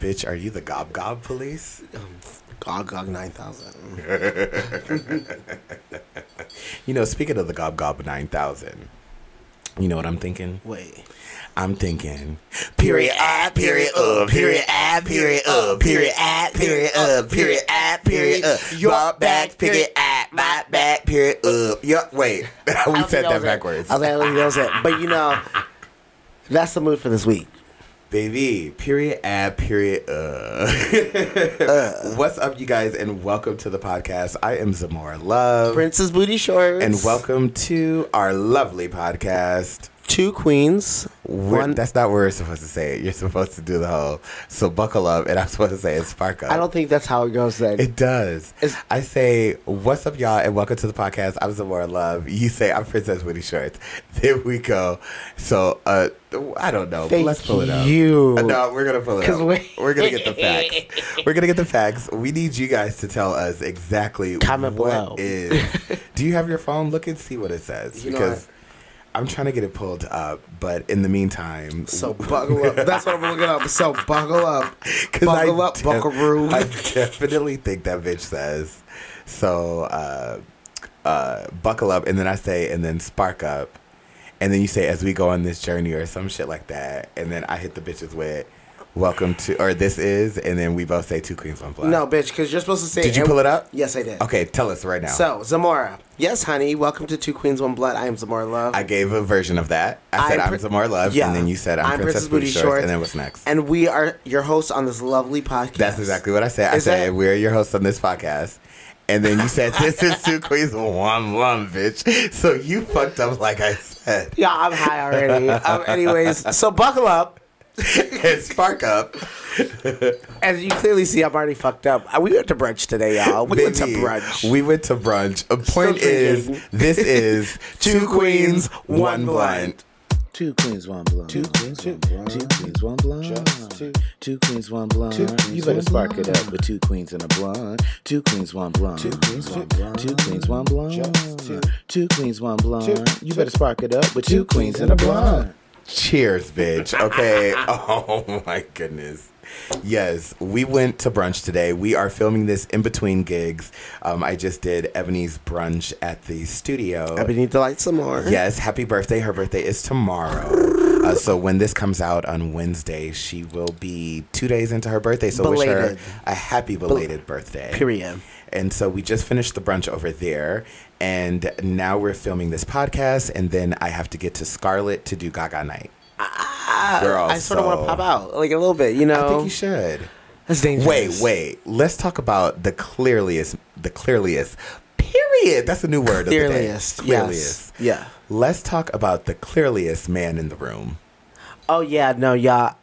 bitch, are you the gob gob police? Gog Gog 9000. You know, speaking of the gob gob 9000, you know what I'm thinking? Wait. I'm thinking period ad period up period ad period up period ad period up period ad period up your back period ad my back period up yup wait we said that backwards I was like, I don't think that was it. But you know, that's the mood for this week. Mm. baby period ad period up Uh. what's up you guys and welcome to the podcast I am Zamora Love Princess Booty Shorts. and welcome to our lovely podcast Two queens. We're- One. that's not where we're supposed to say it you're supposed to do the whole so buckle up and I'm supposed to say it's spark up I don't think that's how it goes then. It does. It's- I say, "What's up, y'all?" and welcome to the podcast. I'm Zamora Love. You say, "I'm Princess Winnie Shorts." There we go. So, uh, I don't know. Thank Let's pull it up. you. Uh, No, we're gonna pull it 'Cause up. we- We're gonna get the facts. we're gonna get the facts. We need you guys to tell us exactly Comment what below. is- Do you have your phone? Look and see what it says You know because. I'm trying to get it pulled up, but in the meantime, So buckle up. That's what I'm looking up. So buckle up. 'Cause Buckle up, def- buckaroo. I definitely think that bitch says so. Uh, uh, buckle up, and then I say, and then spark up, and then you say, as we go on this journey, or some shit like that, and then I hit the bitches with, welcome to, or this is, and then we both say two queens one fly. no, bitch, because you're supposed to say. did you pull it up? Yes, I did. Okay, tell us right now. So, Zamora. Yes, honey. Welcome to Two Queens, One Blood. I am Zamora Love. I gave a version of that. I said I'm I'm, Prin- Zamora Love, Yeah. and then you said I'm, I'm Princess, Princess Booty, Booty Shorts, Shorts. and then what's next? and we are your hosts on this lovely podcast. That's exactly what I said. I Is said that- we're your hosts on this podcast. And then you said this is two queens one one bitch. So you fucked up like I said. Yeah, I'm high already. um, anyways, so buckle up. And spark up. As you clearly see, I'm already fucked up. Uh, We went to brunch today, y'all. We went to baby. brunch. We went to brunch. A point is drinking. this is two queens one blind. Two queens, one blonde. Two queens, one blonde. Two queens, one blonde. Just two. Two queens, one blonde. Two queens, you better spark it up with two queens and a blonde. Two queens, one blonde. Two queens, one blonde. Two queens, one blonde. Just two. Two queens, one blonde. you better spark it up with two queens and a blonde. Cheers, bitch. Okay. oh my goodness. Yes, we went to brunch today. We are filming this in between gigs. Um, I just did Ebony's brunch at the studio. I need to light some more. Yes, happy birthday. Her birthday is tomorrow. Uh, so when this comes out on Wednesday, she will be two days into her birthday. So wish Belated. her a happy belated birthday. Period. And so we just finished the brunch over there, and now we're filming this podcast. And then I have to get to Scarlet to do Gaga night. Girl, I sort of want so- to pop out like a little bit, you know. I think you should. That's dangerous. Wait, wait. Let's talk about the clearliest. The clearliest. Period. That's a new word. Clearliest, Of the day. yes, yeah. Let's talk about the clearliest man in the room. Oh yeah, no, y'all.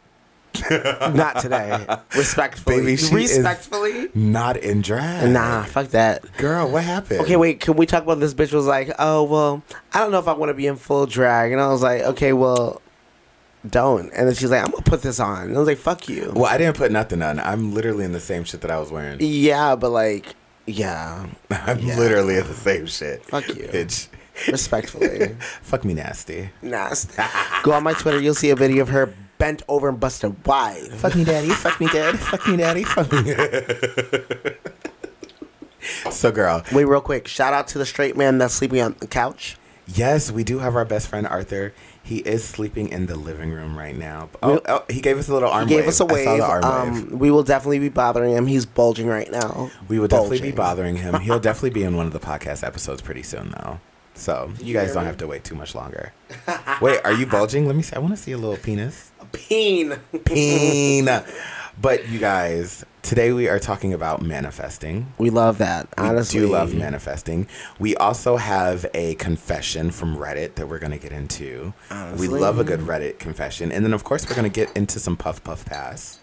Not today. Respectfully, Baby, she is- respectfully. Not in drag. Nah, fuck that. Girl, what happened? Okay, wait. Can we talk about this? Bitch was like, "Oh well, I don't know if I want to be in full drag," and I was like, "Okay, well, don't." And then she's like, "I'm gonna put this on." And I was like, "Fuck you." Well, I didn't put nothing on. I'm literally in the same shit that I was wearing. Yeah, but like, E- yeah, I'm literally in the same shit. Fuck you. Bitch. respectfully, Fuck me nasty. nasty. Go on my Twitter, you'll see a video of her bent over and busted wide. Fuck me daddy. Fuck me dad. Fuck me daddy. Fuck me. so, girl, Wait, real quick. Shout out to the straight man that's sleeping on the couch. yes, we do have our best friend Arthur. He is sleeping in the living room right now. Oh, oh he gave us a little arm He gave wave. us a I wave. saw the arm wave. um, we will definitely be bothering him. He's bulging right now. We would definitely be Bulging. bothering him. He'll definitely be in one of the podcast episodes pretty soon, though. So you guys don't have to wait too much longer. Wait, are you bulging? Let me see. I want to see a little penis. Peen. Peen. But you guys, today we are talking about manifesting. We love that. We Honestly, do love manifesting. We also have a confession from Reddit that we're going to get into. Honestly. We love a good Reddit confession. And then, of course, we're going to get into some Puff Puff Pass.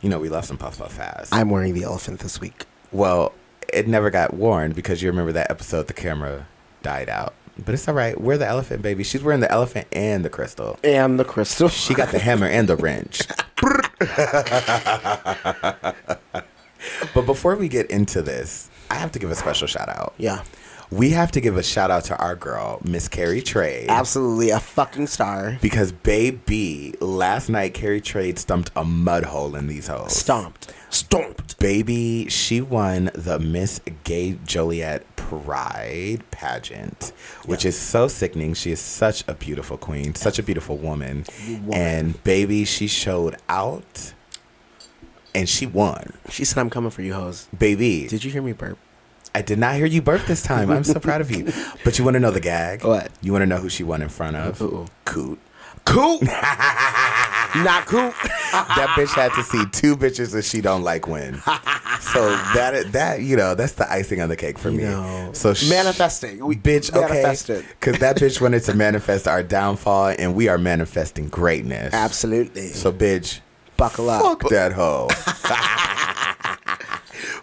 You know, we love some Puff Puff Pass. I'm wearing the elephant this week. Well, it never got worn because you remember that episode the camera died out. But it's all right. We're the elephant baby. She's wearing the elephant and the crystal. And the crystal. She got the hammer and the wrench. but before we get into this, I have to give a special shout out. yeah. we have to give a shout out to our girl, Miss Carrie Trade. Absolutely a fucking star. Because baby, last night Carrie Trade stumped a mud hole in these hoes. Stomped. Stomped. Baby, she won the Miss Gay Joliet Pride pageant, which is so sickening. She is such a beautiful queen, such a beautiful woman. And baby, she showed out and she won. She said, I'm coming for you, hoes. Baby, Did you hear me burp? I did not hear you burp this time. I'm so proud of you. But you want to know the gag? What? You want to know who she won in front of? Who? Coot. Cool. Not cool. That bitch had to see two bitches that she don't like win. So that that you know that's the icing on the cake for me. know. So sh- Manifesting. We bitch. manifest it. Okay, because that bitch wanted to manifest our downfall, and we are manifesting greatness. Absolutely. So bitch, Buckle up. Fuck that hoe.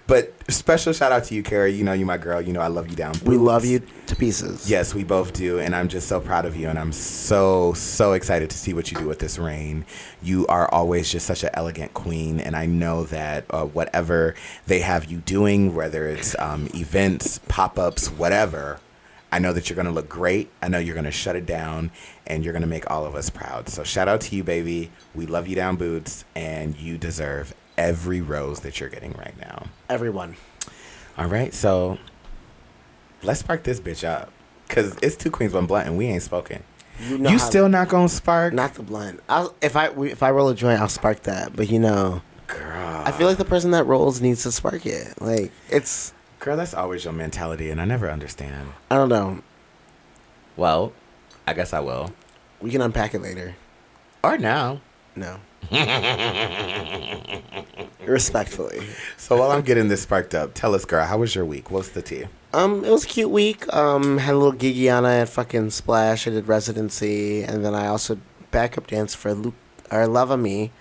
but special shout out to you, Carrie. You know you my girl. You know I love you down. we boots. love you to pieces. Yes, we both do, and I'm just so proud of you, and I'm so so excited to see what you do with this reign. You are always just such an elegant queen, and I know that uh, whatever they have you doing, whether it's um, events, pop ups, whatever, I know that you're gonna look great. I know you're gonna shut it down, and you're gonna make all of us proud. So shout out to you, baby. We love you down boots, and you deserve every rose that you're getting right now. Everyone. All right, so let's spark this bitch up. Cause it's two queens, one blunt, and we ain't spoken. You, know you how- still not gonna spark, not the blunt. I'll, if I we- if I roll a joint, I'll spark that. But you know, girl. I feel like the person that rolls needs to spark it. Like it's girl. That's always your mentality, and I never understand. I don't know. Well, I guess I will. We can unpack it later. Or now. No. Respectfully. So while I'm getting this sparked up, tell us, girl, how was your week? What's the tea? Um, it was a cute week. Um, had a little Gigiana at fucking Splash. I did residency, and then I also backup dance for Lu or Love Me,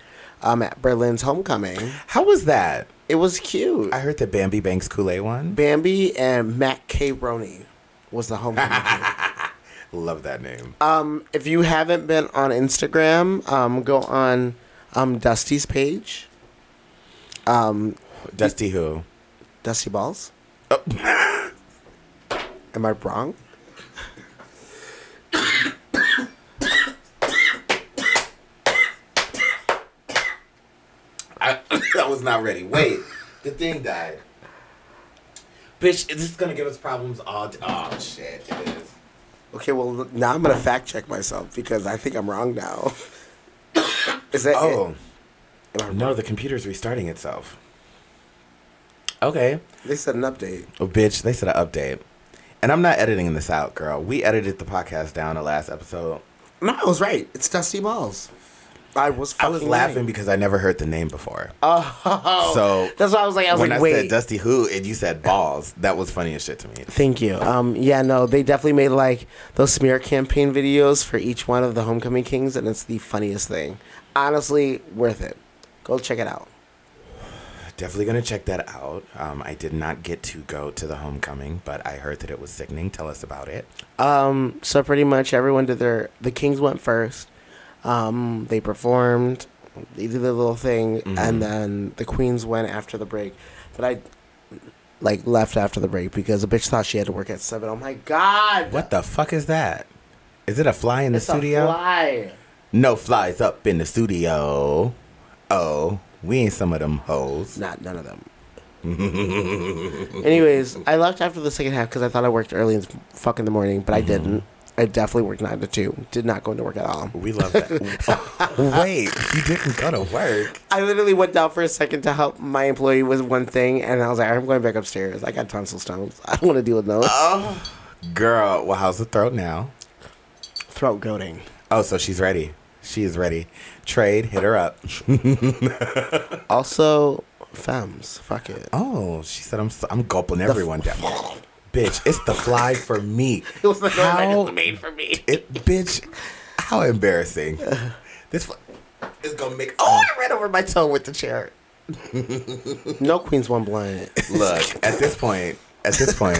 um, at Berlin's homecoming. How was that? It was cute. I heard the Bambi Banks Kool Aid one. Bambi and Matt K. Roney was the homecoming. kid. Love that name. Um, if you haven't been on Instagram, um, go on um Dusty's page. Um, Dusty who? Dusty Balls. Am I wrong? I was not ready. Wait, the thing died. Bitch, this is gonna give us problems all. T- oh shit, it is. Okay, well look, now I'm gonna fact check myself because I think I'm wrong now. Is that Oh it? Am I wrong? no, the computer's restarting itself. Okay. They said an update. Oh, bitch, they said an update, and I'm not editing this out, girl. We edited the podcast down the last episode. No, I was right. It's Dusty Balls. I was. I Fucking was laughing right. because I never heard the name before. Oh, So, that's why I was like, I was when like, I wait. said Dusty Who and you said balls, that was funny as shit to me. Thank you. Um, yeah, no, they definitely made like those smear campaign videos for each one of the Homecoming Kings, and it's the funniest thing. Honestly, worth it. Go check it out. Definitely gonna check that out. Um, I did not get to go to the homecoming, but I heard that it was sickening. Tell us about it. Um, so pretty much everyone did their. The Kings went first. Um, they performed. They did their little thing, Mm-hmm. and then the Queens went after the break. But I, like, left after the break because the bitch thought she had to work at seven. Oh my god! What the fuck is that? Is it a fly in the It's a studio? fly. No flies up in the studio. Oh, we ain't some of them hoes. Not none of them. Anyways, I left after the second half because I thought I worked early as fuck in the morning, Mm-hmm. but I didn't. I definitely worked nine to two. Did not go into work at all. We love that. Wait, you didn't go to work. I literally went down for a second to help my employee with one thing, and I was like, I'm going back upstairs. I got tonsil stones. I don't want to deal with those. Oh. Girl, well, how's the throat now? Throat goading. Oh, so she's ready. She is ready. Trade, hit her up. Also, femmes. Fuck it. Oh, she said I'm so, I'm gulping everyone down. bitch, it's the fly for me. It was like, how made for me. it, bitch? How embarrassing! This fly is gonna make. Oh, I ran over my toe with the chair. No Queens One Blunt. Look, at this point, at this point,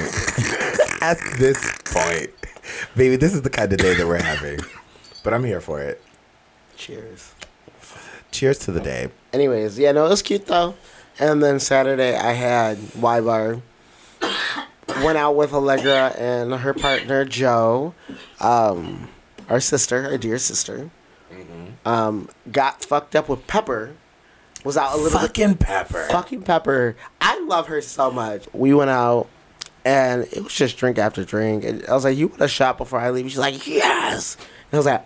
at this point, baby, this is the kind of day that we're having. But I'm here for it. Cheers. Cheers to the day. Anyways, yeah, no, it was cute though. And then Saturday I had Y Bar. went out with Allegra and her partner Joe, um, our sister, our dear sister. Um, got fucked up with Pepper. Was out a little bit Fucking pepper. fucking pepper i love her so much we went out and it was just drink after drink and i was like you want a shot before i leave she's like yes and i was like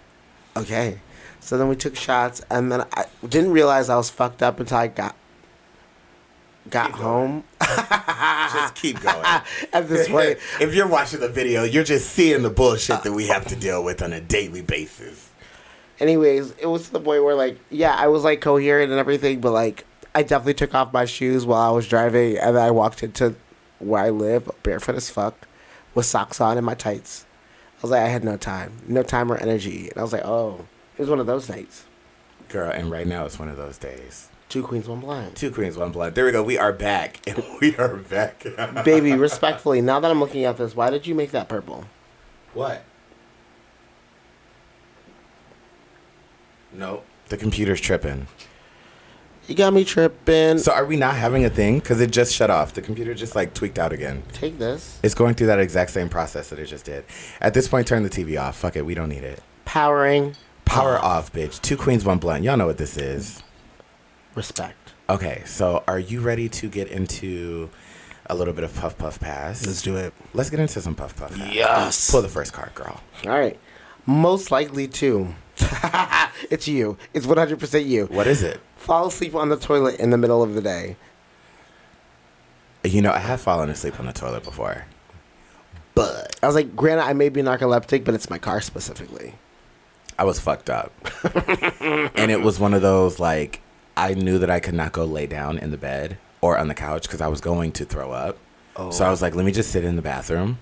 okay so then we took shots and then i didn't realize i was fucked up until i got got home Ah, Just keep going. at this point if you're watching the video, you're just seeing the bullshit that we have to deal with on a daily basis. anyways, it was to the point where like, yeah, I was like coherent and everything, but like I definitely took off my shoes while I was driving and then I walked into where I live, barefoot as fuck, with socks on and my tights. I was like, I had no time. No time or energy. And I was like, oh. It was one of those nights. Girl, and right now it's one of those days. Two queens, one blind. Two queens, one blood. There we go. We are back. And we are back. Baby, respectfully, now that I'm looking at this, why did you make that purple? what? Nope. The computer's tripping. You got me tripping. So are we not having a thing? Because it just shut off. The computer just like tweaked out again. Take this. It's going through that exact same process that it just did. At this point, turn the TV off. Fuck it. We don't need it. Powering Power off, bitch. Two queens, one blunt. Y'all know what this is. respect. Okay, so are you ready to get into a little bit of puff puff pass? Let's do it. Let's get into some puff puff. Pass. Yes. Pull the first card, girl. All right. Most likely to. it's you. It's 100% you. What is it? Fall asleep on the toilet in the middle of the day. You know, I have fallen asleep on the toilet before, but I was like, granted, I may be narcoleptic, but it's my car specifically. I was fucked up, and it was one of those like I knew that I could not go lay down in the bed or on the couch because I was going to throw up. So I was like, let me just sit in the bathroom.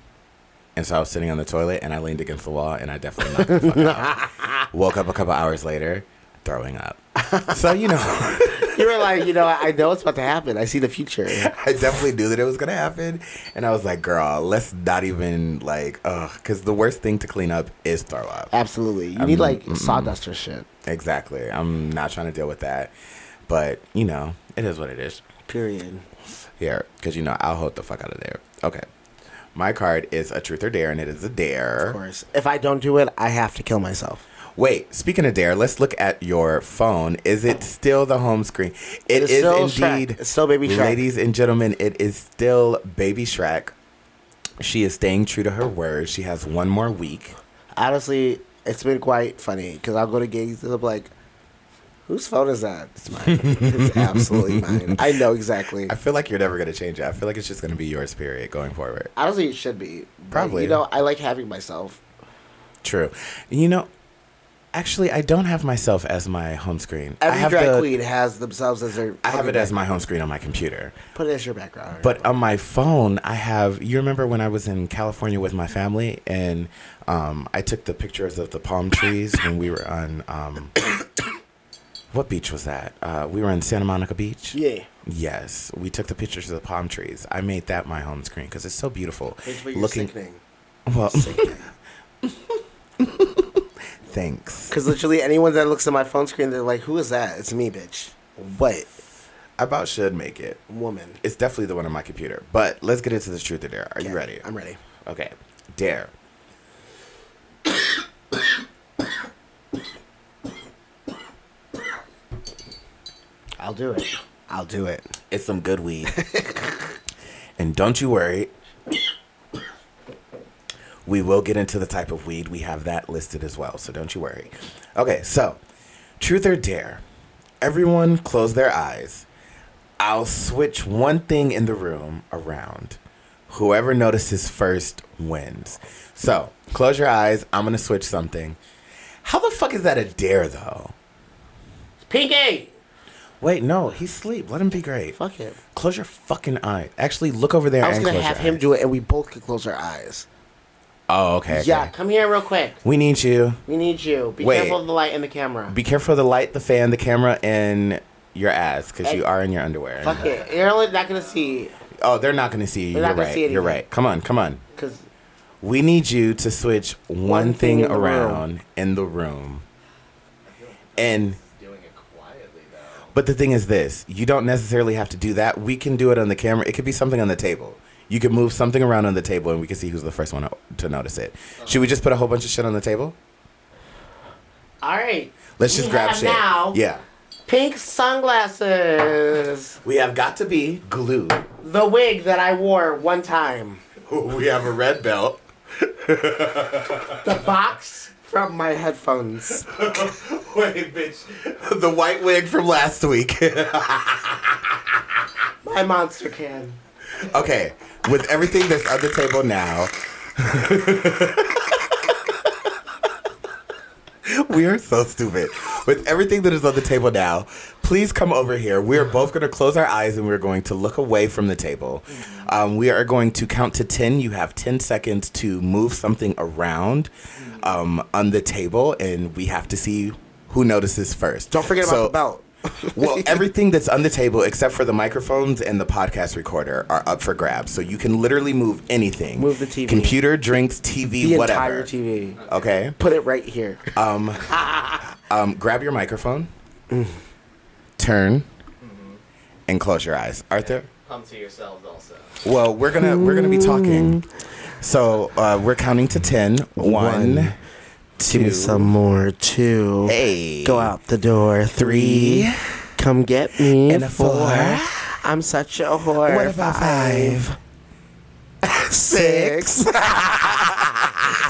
And so I was sitting on the toilet and I leaned against the wall and I definitely knocked the fuck out. Woke up a couple hours later, throwing up. So, you know, I You were like, you know, I I know it's about to happen. I see the future. definitely knew that it was going to happen. And I was like, girl, let's not even like, ugh, because the worst thing to clean up is throw up. Absolutely. You need like sawdust or shit. Exactly. I'm not trying to deal with that. But, you know, it is what it is. Period. Here, because, you know, I'll hold the fuck out of there. Okay. My card is a truth or dare, and it is a dare. Of course. If I don't do it, I have to kill myself. Wait, speaking of Dare, let's look at your phone. Is it still the home screen? It It's is still Shrek. indeed. It's still Baby Shrek. Ladies and gentlemen, it is still Baby Shrek. She is staying true to her word. She has one more week. Honestly, it's been quite funny because I'll go to gigs and I'm like, whose phone is that? It's mine. it's absolutely mine. I know exactly. I feel like you're never going to change it. I feel like it's just going to be yours, period, going forward. Honestly, it should be. But, Probably. You know, I like having myself. True. You know, actually, I don't have myself as my home screen. I Every have drag the- queen has themselves as their. I have it as my home screen on my computer. Put it as your background. But on my phone, I have. You remember when I was in California with my family and um, I took the pictures of the palm trees when we were on. Um, what beach was that? Uh, we were in Santa Monica Beach. yeah, Yes, we took the pictures of the palm trees. I made that my home screen because it's so beautiful. it's what you're sickening. well. thanks. Because literally anyone that looks at my phone screen, they're like, "Who is that? It's me, bitch." What I about should make it. woman? It's definitely the one on my computer. But let's get into the truth or dare. Are you ready? I'm ready. Okay. Dare. I'll do it. I'll do it. It's some good weed. and don't you worry. We will get into the type of weed. We have that listed as well, so don't you worry. Okay, so truth or dare. Everyone close their eyes. I'll switch one thing in the room around. Whoever notices first wins. So close your eyes. I'm going to switch something. How the fuck is that a dare, though? Pinky. Wait, no, he's asleep. Let him be great. Fuck it. Close your fucking eye. Actually, look over there. I was and gonna close have your him eyes. do it, and we both could close our eyes. Oh, okay. okay. Yeah, come here real quick. We need you. We need you. Be Wait. careful of the light and the camera. Be careful of the light, the fan, the camera, and your ass, because Hey. you are in your underwear. Fuck it. They're only not gonna see Oh, they're not gonna see you. They're You're not gonna right. see You're anything. right. Come on, come on. because We need you to switch one, One thing, thing in the around in the room. And but the thing is this, you don't necessarily have to do that. We can do it on the camera. It could be something on the table. You can move something around on the table, and we can see who's the first one to notice it. Should we just put a whole bunch of shit on the table? All right. Let's just We grab have shit. now- Yeah. Pink sunglasses. We have got to be glue. The wig that I wore one time. We have a red belt. The box from my headphones. Wait, bitch. The white wig from last week. My monster can. okay, with everything that's on the table now, we are so stupid. With everything that is on the table now, please come over here. We are both going to close our eyes and we're going to look away from the table. Um, we are going to count to 10. You have 10 seconds to move something around um, on the table, and we have to see who notices first. Don't forget So- about the belt. well, everything that's on the table except for the microphones and the podcast recorder are up for grabs. So you can literally move anything. Move the TV. Computer, drinks, TV, The whatever. entire TV. Okay. Put it right here. Um, grab your microphone, Mm. turn, and close your eyes. Arthur? Come to yourselves also. Well, we're gonna we're gonna be talking. So uh, we're counting to ten. One, One. two, more. Two. hey. Go out the door. Three. Three. Come get me. And a four. I'm such a whore. What about five? Six.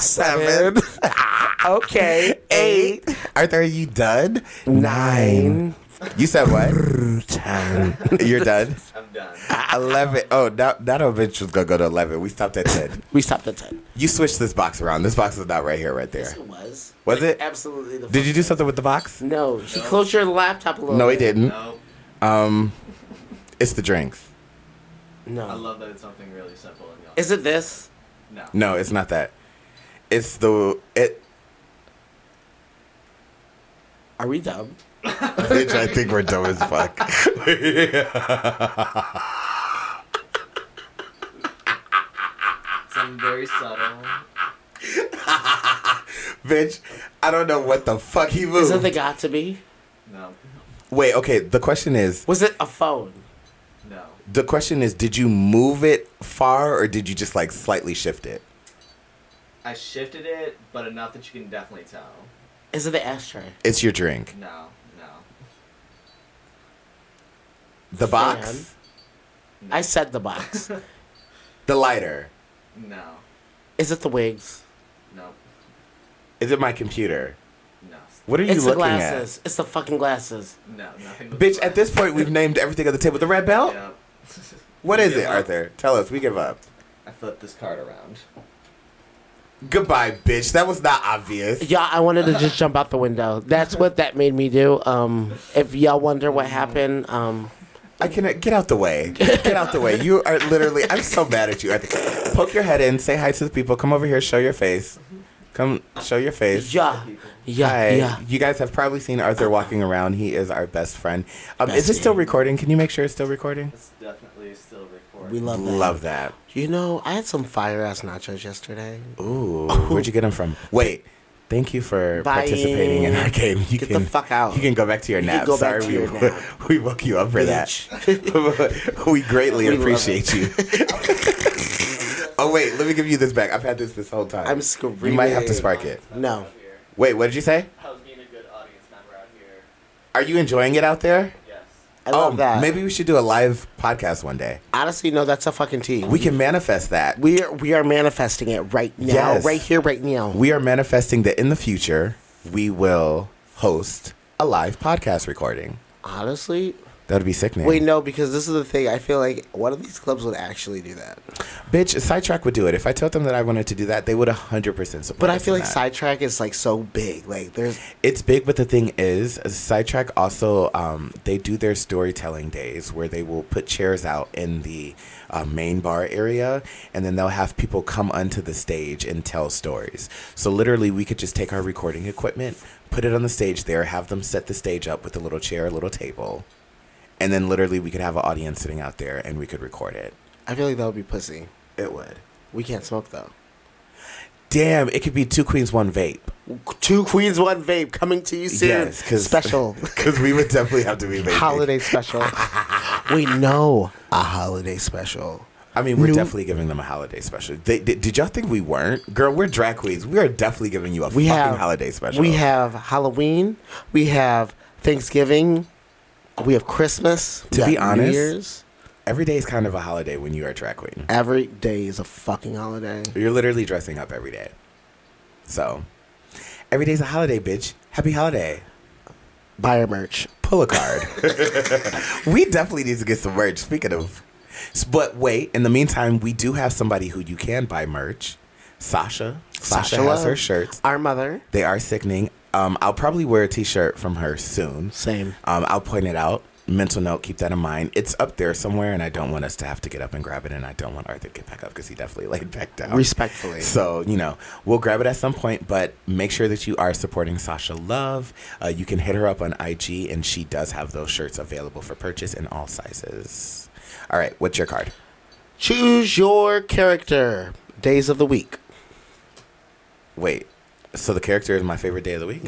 Seven. Okay. Eight. Arthur, are you done? Nine. You said what? Ten. You're done. I'm done. Eleven. Oh, that that old bitch was gonna go to eleven. We stopped at ten. We stopped at ten. You switched this box around. This box is not right here, right there. was. Was it? Absolutely. The Did you do something with the box? No. He closed your laptop a little. No, he bit. didn't. No, Um, it's the drinks. No. I love that it's something really simple and y'all. Is it this? no. No, it's not that. It's the it. Are we dumb? Bitch, I think we're dumb as fuck. Something very subtle. Bitch, I don't know what the fuck he Is it the moved. got to be? No. Wait, okay. The question is, Was it a phone? No. the question is, did you move it far or did you just like slightly shift it? I shifted it, but enough that you can definitely tell. Is it the ashtray? It's your drink. No. No. The Fan. box. I said the box. The lighter. No. Is it the wigs? No. Is it my computer? No. What are you it's the looking glasses. It's the fucking glasses. No. Nothing. at? but- Bitch, at this oh. point, we've named everything on the table. The red belt? Yep. What is Give it, up. Arthur? Tell us. We give up. I flipped this card around. Goodbye, bitch. That was not obvious. Y'all, I wanted to just jump out the window. That's what that made me do. Um, if y'all wonder what happened, um, I cannot get out the way. Get out the way. You are literally. I'm so mad at you, Arthur. Poke your head in. Say hi to the people. Come over here. Show your face. Come show your face. yeah, yeah, Hi. yeah. You guys have probably seen Arthur walking around. He is our best friend. Um, is Bestie. this still recording? Can you make sure it's still recording? It's definitely still recording. We love that. Love that. You know, I had some fire ass nachos yesterday. Ooh, where'd you get them from? Wait, thank you for Bye. participating in our game. You Get can, the fuck out. You can go back to your You nap. can go Sorry, back to we, your nap. we woke you up for that. we greatly We love appreciate you. oh wait, let me give you this back. I've had this this whole time. I'm screaming. You might have to spark it. No. Wait, what did you say? I was being a good audience member out here. Are you enjoying it out there? Yes. I love oh, that. Maybe we should do a live podcast one day. honestly, no, that's a fucking tea. We can manifest that. we are, we are manifesting it right now, Yes. right here, right now. We are manifesting that in the future we will host a live podcast recording. honestly, That would be sickening. wait, no, because this is the thing. I feel like one of these clubs would actually do that. Bitch, Sidetrack would do it. If I told them that I wanted to do that, they would 100% support But I us feel in like that. sidetrack is like so big. Like there's It's big, but the thing is, Sidetrack also, um, they do their storytelling days where they will put chairs out in the uh, main bar area and then they'll have people come onto the stage and tell stories. So literally, we could just take our recording equipment, put it on the stage there, have them set the stage up with a little chair, a little table, and then literally we could have an audience sitting out there and we could record it. I feel like that would be pussy. It would. We can't smoke though. Damn, it could be two queens, one vape. Two queens, one vape coming to you soon. Yes, 'cause- special Because we would definitely have to be vaping. holiday special. we know a holiday special. I mean, we're New- definitely giving them a holiday special. They, did, did y'all think we weren't? Girl, we're drag queens. We are definitely giving you a We fucking have holiday special. We have Halloween. We have Thanksgiving. We have Christmas. we To be got honest- New Year's. every day is kind of a holiday when you are a drag queen. Every day is a fucking holiday. You're literally dressing up every day. So, every day's a holiday, bitch. Happy holiday. Buy our merch. Pull a card. we definitely need to get some merch. Speaking of, S- but wait. In the meantime, we do have somebody who you can buy merch. Sasha. Sasha, has Love. her shirts. Our mother. They are sickening. Um, I'll probably wear a T-shirt from her soon. Same. Um, I'll point it out. Mental note, keep that in mind. It's up there somewhere, and I don't want us to have to get up and grab it, and I don't want Arthur to get back up because he definitely laid back down. Respectfully. So, you know, we'll grab it at some point, but make sure that you are supporting Sasha Love. Uh, you can hit her up on IG, and she does have those shirts available for purchase in all sizes. All right, what's your card? Choose your character. Days of the week. Wait, so the character is my favorite day of the week?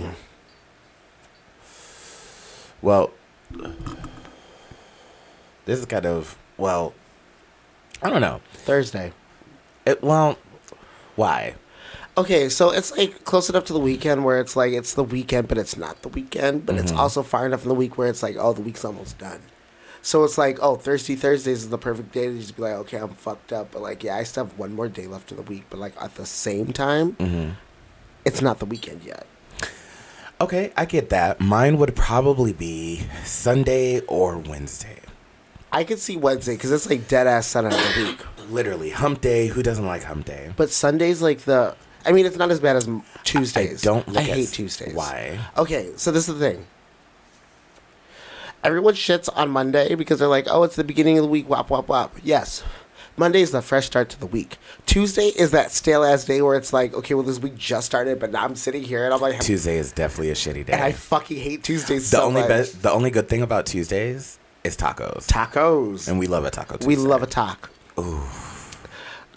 Well, this is kind of, well, I don't know. Thursday. It, well, why? Okay, so it's like close enough to the weekend where it's like it's the weekend, but it's not the weekend. But it's also far enough in the week where it's like, oh, the week's almost done. So it's like, oh, Thursday Thursdays is the perfect day to just be like, okay, I'm fucked up, but like, yeah, I still have one more day left of the week. But like at the same time, it's not the weekend yet. Okay, I get that. Mine would probably be Sunday or Wednesday. I could see Wednesday because it's like dead ass center of the week. Literally, hump day. Who doesn't like hump day? But Sundays like the. I mean, it's not as bad as m- Tuesdays. I don't look I at hate s- Tuesdays. Why? Okay, so this is the thing. Everyone shits on Monday because they're like, oh, it's the beginning of the week, wop, wop, wop. Yes. Monday is the fresh start to the week. Tuesday is that stale ass day where it's like, okay, well, this week just started, but now I'm sitting here and I'm like, Tuesday is definitely a shitty day. and I fucking hate Tuesdays the so only much. be- the only good thing about Tuesdays is tacos. tacos. and we love a taco. Tuesday. we love a taco. Ooh.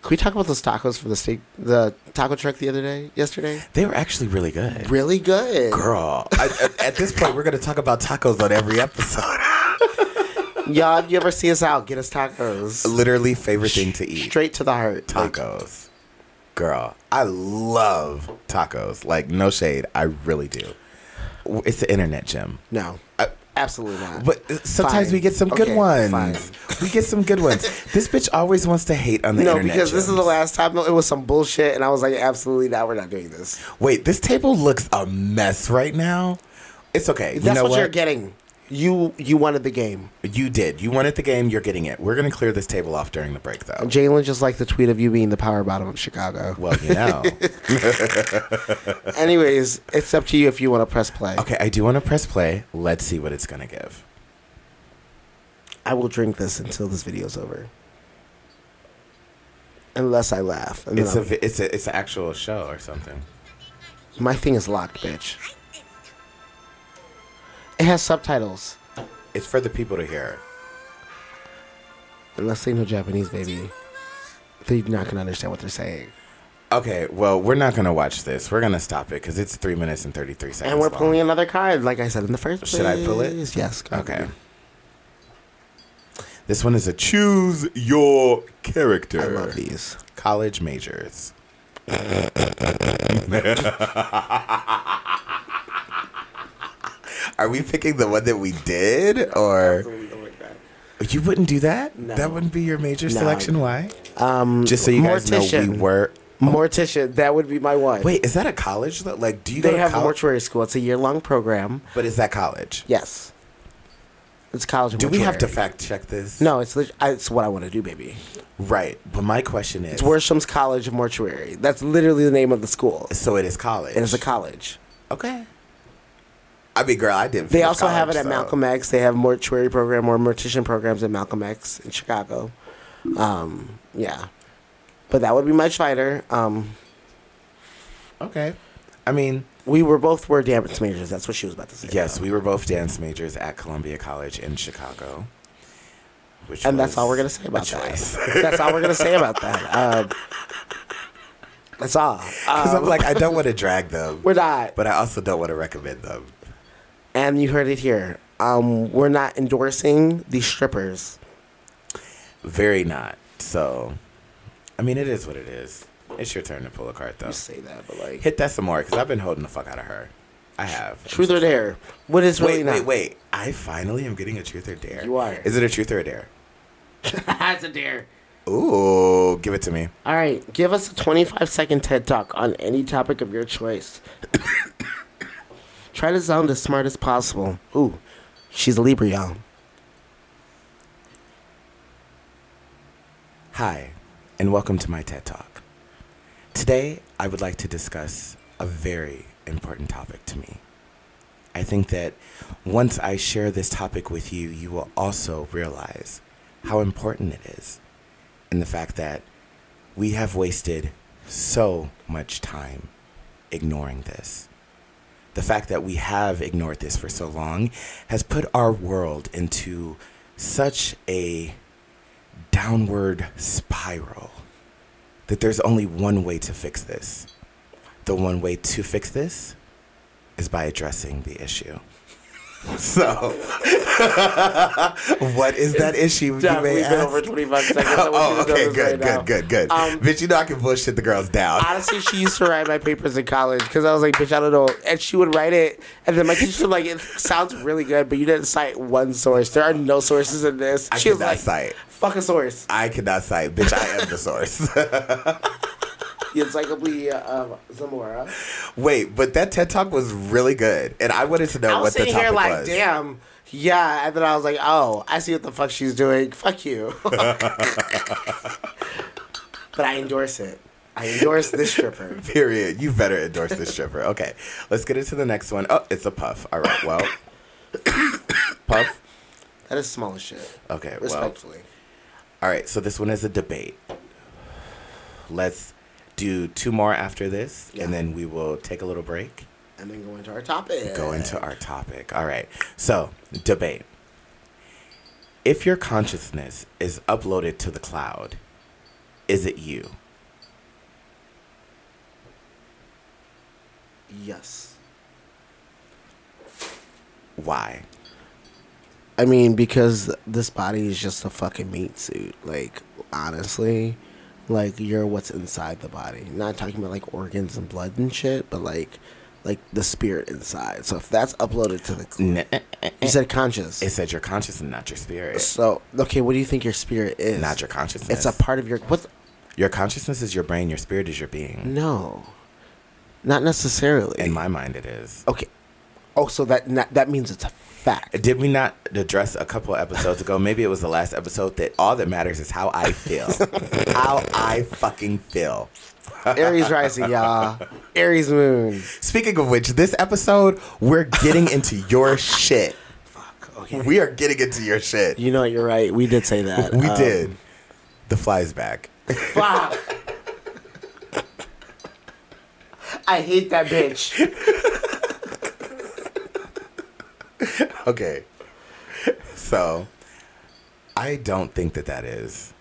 Can we talk about those tacos from the steak, the taco truck the other day, yesterday? They were actually really good. Really good. Girl, I, at- at this point, we're gonna talk about tacos on every episode. Y'all, if you ever see us out, get us tacos. Literally, favorite thing to eat. Straight to the heart. Like, tacos. Girl, I love tacos. Like no shade, I really do. W- It's the internet gym. No, I- absolutely not. But uh, sometimes Fine. we get some good Okay, ones. fine. We get some good ones. this bitch always wants to hate on the no, internet. because this is the gyms. last time it was some bullshit, and I was like, absolutely not. We're not doing this. Wait, this table looks a mess right now. It's okay. you That's know what, what you're getting. You you wanted the game. You did. You wanted the game. You're getting it. We're gonna clear this table off during the break, though. Jalen just liked the tweet of you being the power bottom of Chicago. Well, you know. Anyways, it's up to you if you want to press play. okay, I do want to press play. Let's see what it's gonna give. I will drink this until this video's over. Unless I laugh. And then It's a I'll- vi- it's a it's an actual show or something. my thing is locked, bitch. It has subtitles. It's for the people to hear. Unless they know Japanese, baby. They're not going to understand what they're saying. Okay, well, we're not gonna watch this. We're gonna stop it because it's three minutes and thirty three seconds. And we're long. pulling another card, like I said in the first place. Should I pull it? Yes. go Okay. ahead. This one is a choose your character. I love these. College majors. Are we picking the one that we did, or you wouldn't do that? No. That wouldn't be your major No. selection. Why? Um, Just so you guys know, we mortician. were. oh. Mortician. That would be my one. Wait, is that a college? though? Like, do you go They to have college? mortuary school. It's a year long program. But is that college? Yes. It's college. Do we have to mortuary. fact check this? No, it's lit- I- it's what I want to do, baby. Right. But my question is It's Worsham's College Mortuary. That's literally the name of the school. so it is college. It is a college. Okay. I mean, girl, I didn't. They finish also have it college, at so- Malcolm X. They have mortuary program or mortician programs at Malcolm X in Chicago. Um, yeah, but that would be much lighter. Um, Okay. I mean, we were both were dance majors. That's what she was about to say. yes, we were both dance majors at Columbia College in Chicago. Which and that's was all we're gonna say about a choice. that. that's all we're gonna say about that. Um, that's all. 'Cause Um, I'm like, I don't want to drag them, we're not. but I also don't want to recommend them. And you heard it here. Um, we're not endorsing these strippers. Very not. So, I mean, it is what it is. It's your turn to pull a card, though. You say that, but like Hit that some more because I've been holding the fuck out of her. I have. truth or dare. What is really Wait, not? wait, wait. I finally am getting a truth or dare. You are. Is it a truth or a dare? That's a dare. Ooh, give it to me. All right, give us a 25 second TED talk on any topic of your choice. Try to sound as smart as possible. Ooh, she's a Libra, y'all. Hi, and welcome to my TED Talk. Today, I would like to discuss a very important topic to me. I think that once I share this topic with you, you will also realize how important it is and the fact that we have wasted so much time ignoring this. The fact that we have ignored this for so long has put our world into such a downward spiral that there's only one way to fix this. The one way to fix this is by addressing the issue. So, what is that issue? You Jeff, may we've been ask? over 25 seconds. I want oh, you to know okay, this good, right now. good, good, good, Um, Bitch, you know I can bullshit the girls down. Honestly, she used to write my papers in college because I was like, bitch, I don't know. And she would write it, and then my teacher was like, it sounds really good, but you didn't cite one source. There are no sources in this. I she was cannot like, cite. fuck a source. I cannot cite. Bitch, I am the source. The Encyclopedia of Zamora. Wait, but that TED Talk was really good, and I wanted to know I was what the sitting topic here like, was. damn, yeah. And then I was like, oh, I see what the fuck she's doing. Fuck you. but I endorse it. I endorse this stripper. Period. You better endorse this stripper. Okay, let's get into the next one. Oh, it's a puff. All right. Well, puff. That is small as shit. Okay. Well. Respectfully. All right. So this one is a debate. Let's do two more after this, Yeah. and then we will take a little break. and then go into our topic. go into our topic. All right. So, debate. If your consciousness is uploaded to the cloud, is it you? Yes. Why? I mean, because this body is just a fucking meat suit. Like, honestly, like you're what's inside the body. Not talking about like organs and blood and shit, but like, like the spirit inside. So if that's uploaded to the, you It said conscious. said your consciousness, not your spirit. so okay, what do you think your spirit is? Not your consciousness. It's a part of your what? Your consciousness is your brain, your spirit is your being. No, not necessarily. Mm. In my mind, it is. okay. Oh, so that not, that means it's a fact. Did we not address a couple episodes ago? Maybe it was the last episode that all that matters is how I feel. how I fucking feel. Aries rising, y'all. Aries moon. Speaking of which, this episode, we're getting into your shit. Okay. We are getting into your shit. You know, you're right. We did say that. We Um, did. The flies back. Fuck. I hate that bitch. Okay. So, I don't think that that is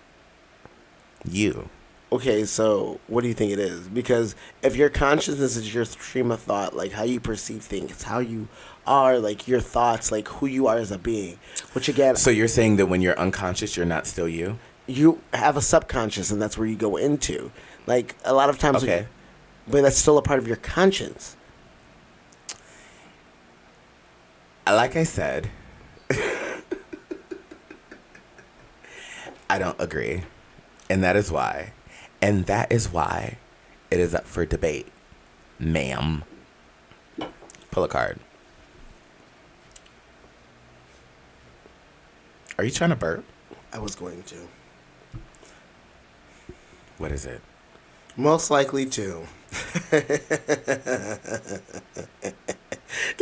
you. Okay, so what do you think it is? Because if your consciousness is your stream of thought, like how you perceive things, how you are, like your thoughts, like who you are as a being, which again, So you're saying that when you're unconscious, you're not still you? you have a subconscious and that's where you go into. Like a lot of times, Okay. but that's still a part of your conscience. Like I said, I don't agree. And that is why. And that is why it is up for debate, ma'am. Pull a card. Are you trying to burp? I was going to. What is it? Most likely to. this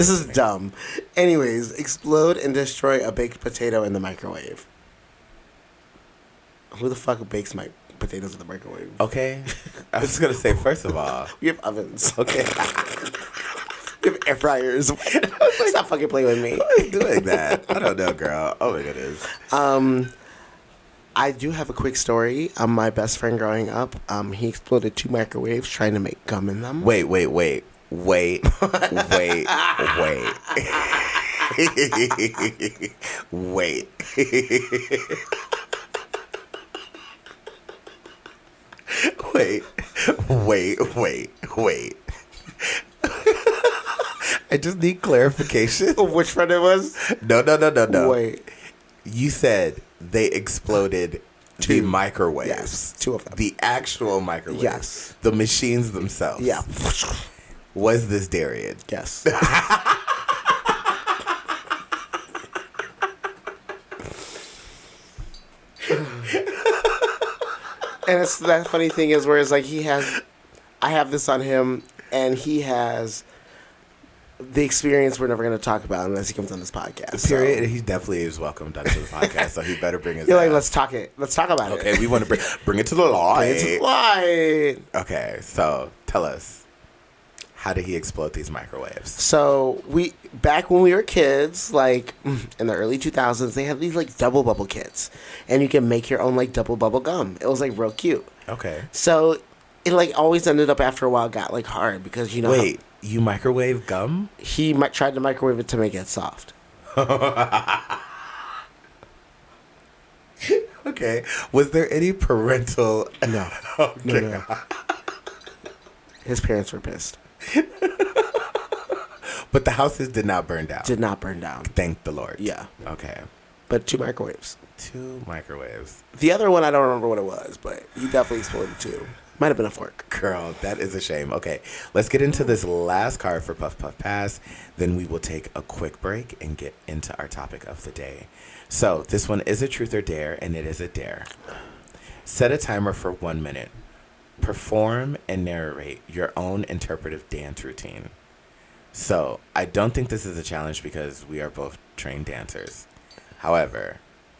is dumb. Anyways, explode and destroy a baked potato in the microwave. Who the fuck bakes my potatoes in the microwave? Okay. I was gonna say first of all. We have ovens. Okay. We have air fryers. Stop fucking playing with me. Who's doing that? I don't know, girl. Oh my goodness. Um, I do have a quick story. Um, my best friend growing up, um, he exploded two microwaves trying to make gum in them. Wait, wait, wait, wait, wait, wait, wait. wait, wait, wait. I just need clarification. Which friend it was? No, no, no, no, no. Wait. You said they exploded the Two. microwaves. Yes, two of them. The actual microwaves. Yes. The machines themselves. Yeah. Was this Darian? Yes. and it's that funny thing is where it's like he has, I have this on him, and he has the experience we're never going to talk about unless he comes on this podcast. so- Period. He definitely is welcome to the podcast, so he better bring his. You're like, ass. let's talk it. Let's talk about it. Okay, we want to bring bring it to the law. eh?" It's light. Okay, so tell us, how did he explode these microwaves? So we back when we were kids, like in the early two thousands, they had these like double bubble kits, and you can make your own like double bubble gum. It was like real cute. Okay. So it like always ended up after a while got like hard because you know how- Wait, you microwave gum? he mi- tried to microwave it to make it soft. Okay. Was there any parental? No, no, Okay. no. His parents were pissed. But the houses did not burn down. Did not burn down. Thank the Lord. Yeah, Okay. but two microwaves. Two microwaves. The other one I don't remember what it was, but he definitely exploded two. Might have been a fork. Girl, that is a shame. Okay, let's get into this last card for Puff Puff Pass. Then we will take a quick break and get into our topic of the day. So, this one is a truth or dare, and it is a dare. Set a timer for one minute. Perform and narrate your own interpretive dance routine. So, I don't think this is a challenge because we are both trained dancers. However,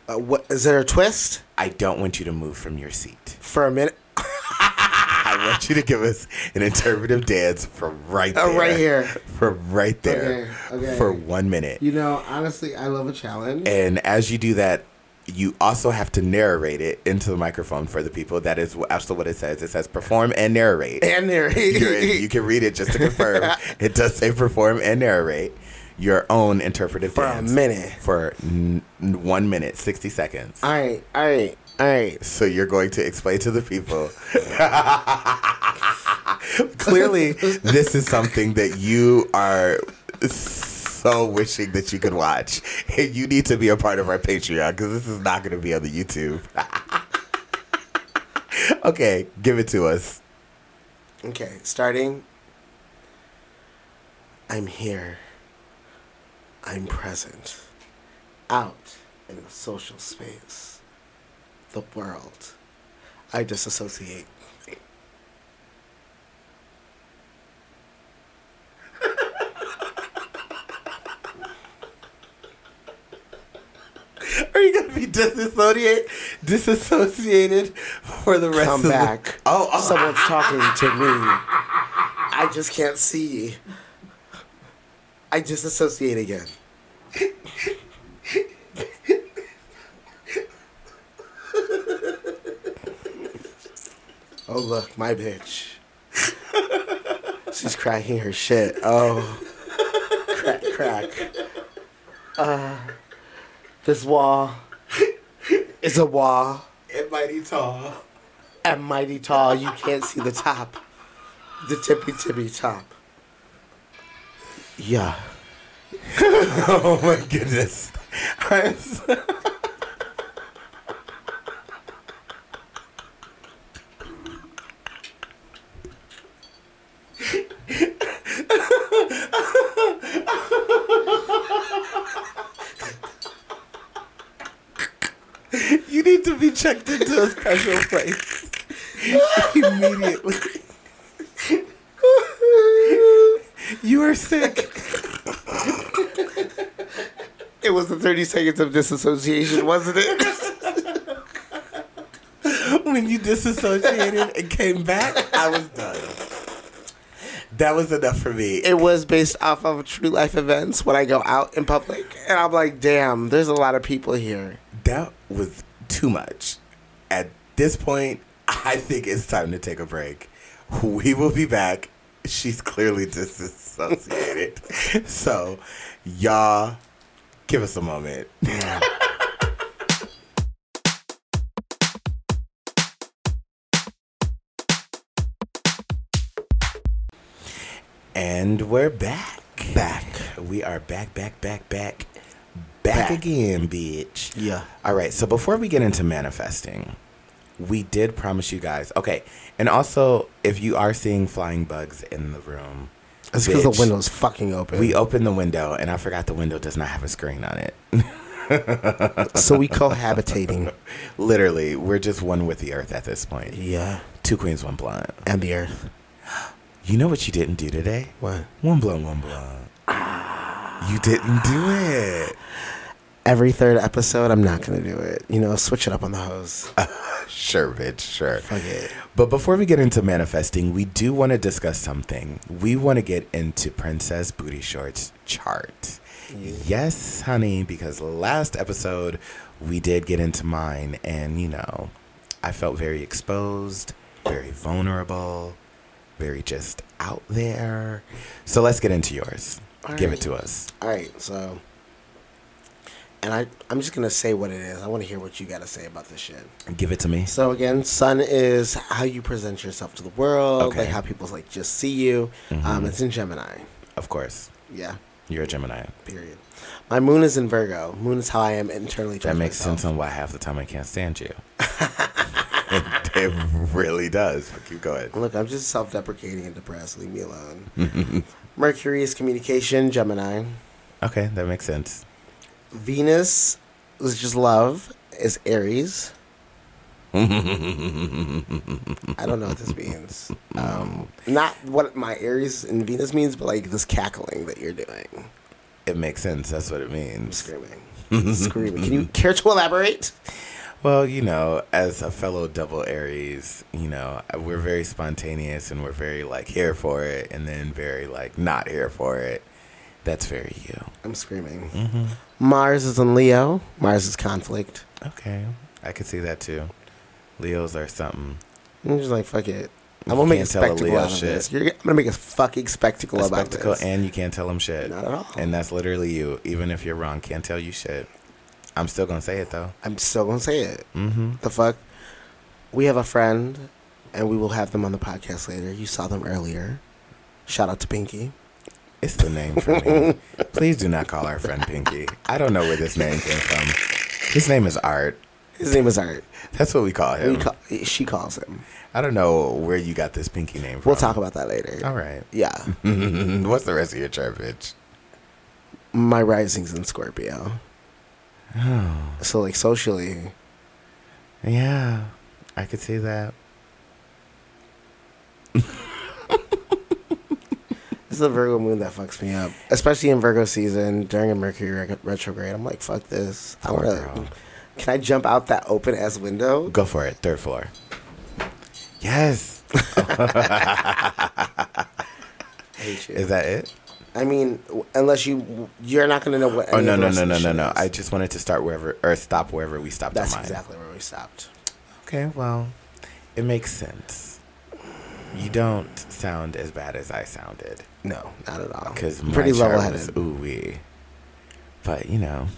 Uh, what is there a twist I don't want you to move from your seat. for a minute? I want you to give us an interpretive dance from right there. Oh, right here. From right there. Okay, okay. For one minute. You know, honestly, I love a challenge. And as you do that, you also have to narrate it into the microphone for the people. That is actually what it says. It says perform and narrate. And there, You're- you can read it just to confirm. it does say perform and narrate your own interpretive For a dance minute. For n- n- one minute, 60 seconds. all right, all right, all right. So you're going to explain to the people. Clearly, this is something that you are so wishing that you could watch. And you need to be a part of our Patreon because this is not going to be on the YouTube. okay, give it to us. Okay, starting. I'm here. I'm present. Out in the social space. The world. I disassociate. Are you going to be disassociated, disassociated for the rest Come of the- back. Oh, oh, Someone's talking to me. I just can't see. I disassociate again. oh look, my bitch. She's cracking her shit. Oh, crack, crack. Uh, this wall is a wall it might be tall. and mighty tall. You can't see the top, the tippy tippy top. Yeah. Oh my goodness. I'm so- you need to be checked into a special place immediately. you are sick. It was the 30 seconds of disassociation, wasn't it? when you disassociated and came back, I was done. That was enough for me. it was based off of true life events when I go out in public. And I'm like, damn, there's a lot of people here. That was too much. At this point, I think it's time to take a break. We will be back. She's clearly disassociated. so, y'all, give us a moment. And we're back. Back. We are back, back, back, back, back, Back. again, bitch. Yeah. All right. So before we get into manifesting, we did promise you guys. Okay. And also, if you are seeing flying bugs in the room, It's because the bitch, window's fucking open. We opened the window, and I forgot the window does not have a screen on it. so we cohabitating. Literally, we're just one with the earth at this point. yeah. Two queens, one blunt. And the earth. You know what you didn't do today? What? One blunt, one blunt. You didn't do it. Every third episode, I'm not gonna do it. You know, switch it up on the hose. Sure, bitch, sure. Fuck it. But before we get into manifesting, we do want to discuss something. We want to get into Princess Booty Shorts chart. Yes, honey, because last episode we did get into mine, and you know, I felt very exposed, very vulnerable, very just out there. So let's get into yours. All Give right. it to us. All right, so, and I I'm just gonna say what it is. I want to hear what you gotta say about this shit. Give it to me. So again, sun is how you present yourself to the world, Okay. Mm-hmm. like how people like just see you. Um, it's in Gemini. Of course, Yeah. you're a Gemini. Period. My moon is in Virgo. Moon is how I am internally. That towards makes myself. sense on why half the time I can't stand you. it, it really does. But keep going. Look, I'm just self-deprecating and depressed. Leave me alone. Mercury is communication. Gemini. Okay, that makes sense. Venus is just love. Is Aries. I don't know what this means. Um, not what my Aries and Venus means, but like this cackling that you're doing. It makes sense. That's what it means. screaming, screaming. Can you care to elaborate? Well, you know, as a fellow double Aries, you know, we're very spontaneous and we're very like here for it and then very like not here for it. That's very you. Mm-hmm. I'm screaming. Mars is in Leo. Mars is conflict. Okay. I could see that too. Leos are something. I'm just like fuck it. You I'm gonna make a can't tell a spectacle Leo out of shit. this. You're, I'm gonna make a fucking spectacle A about spectacle this. and you can't tell them shit. Not at all. And that's literally you. Even if you're wrong, can't tell you shit. I'm still going to say it though. I'm still gonna say it. Mm-hmm. The fuck. We have a friend, and we will have them on the podcast later. You saw them earlier. Shout out to Pinky. It's the name for me. Please do not call our friend Pinky. I don't know where this name came from. His name is Art. His name is Art. That's what we call him. We call, she calls him. I don't know where you got this Pinky name from. We'll talk about that later. All right. Yeah. What's the rest of your chart, bitch? my rising's in Scorpio. So like socially, Yeah, I could see that. it's the Virgo moon that fucks me up, especially in Virgo season during a Mercury rec- retrograde. I'm like, fuck this. I Poor wanna, girl. Can I jump out that open ass window? Go for it. Third floor. Yes. I hate you. Is that it? I mean, w- unless you, you're not gonna know what. Oh any no of no the rest no of no the no shit no! is. I just wanted to start wherever or stop wherever we stopped That's on mine. exactly where we stopped. Okay, well, it makes sense. You don't sound as bad as I sounded. No, not at all. because I'm pretty level headed. Ooh wee, but you know,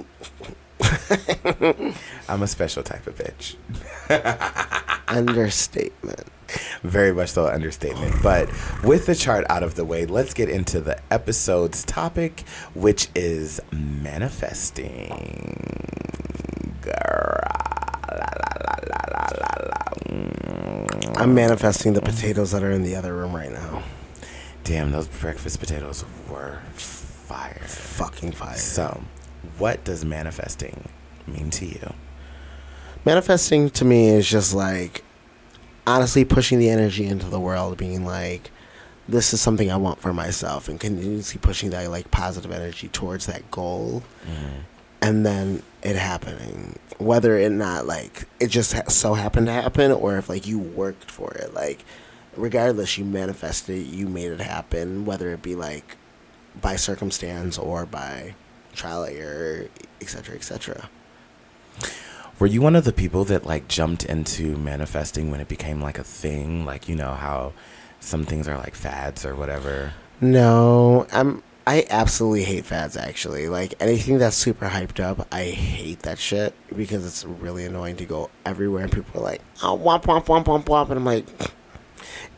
I'm a special type of bitch. Understatement. Very much so, understatement. But with the chart out of the way, let's get into the episode's topic, which is manifesting. I'm manifesting the potatoes that are in the other room right now. Damn, those breakfast potatoes were fire. Fucking fire. So, what does manifesting mean to you? manifesting to me is just like honestly pushing the energy into the world being like this is something i want for myself and continuously pushing that like positive energy towards that goal Mm-hmm. and then it happening whether it not like it just ha- so happened to happen or if like you worked for it like regardless you manifested it you made it happen whether it be like by circumstance or by trial and error etc etc Were you one of the people that like jumped into manifesting when it became like a thing? Like you know how some things are like fads or whatever. No, I'm. I absolutely hate fads. Actually, like anything that's super hyped up, I hate that shit because it's really annoying to go everywhere and people are like, "Oh, womp womp womp womp womp," and I'm like,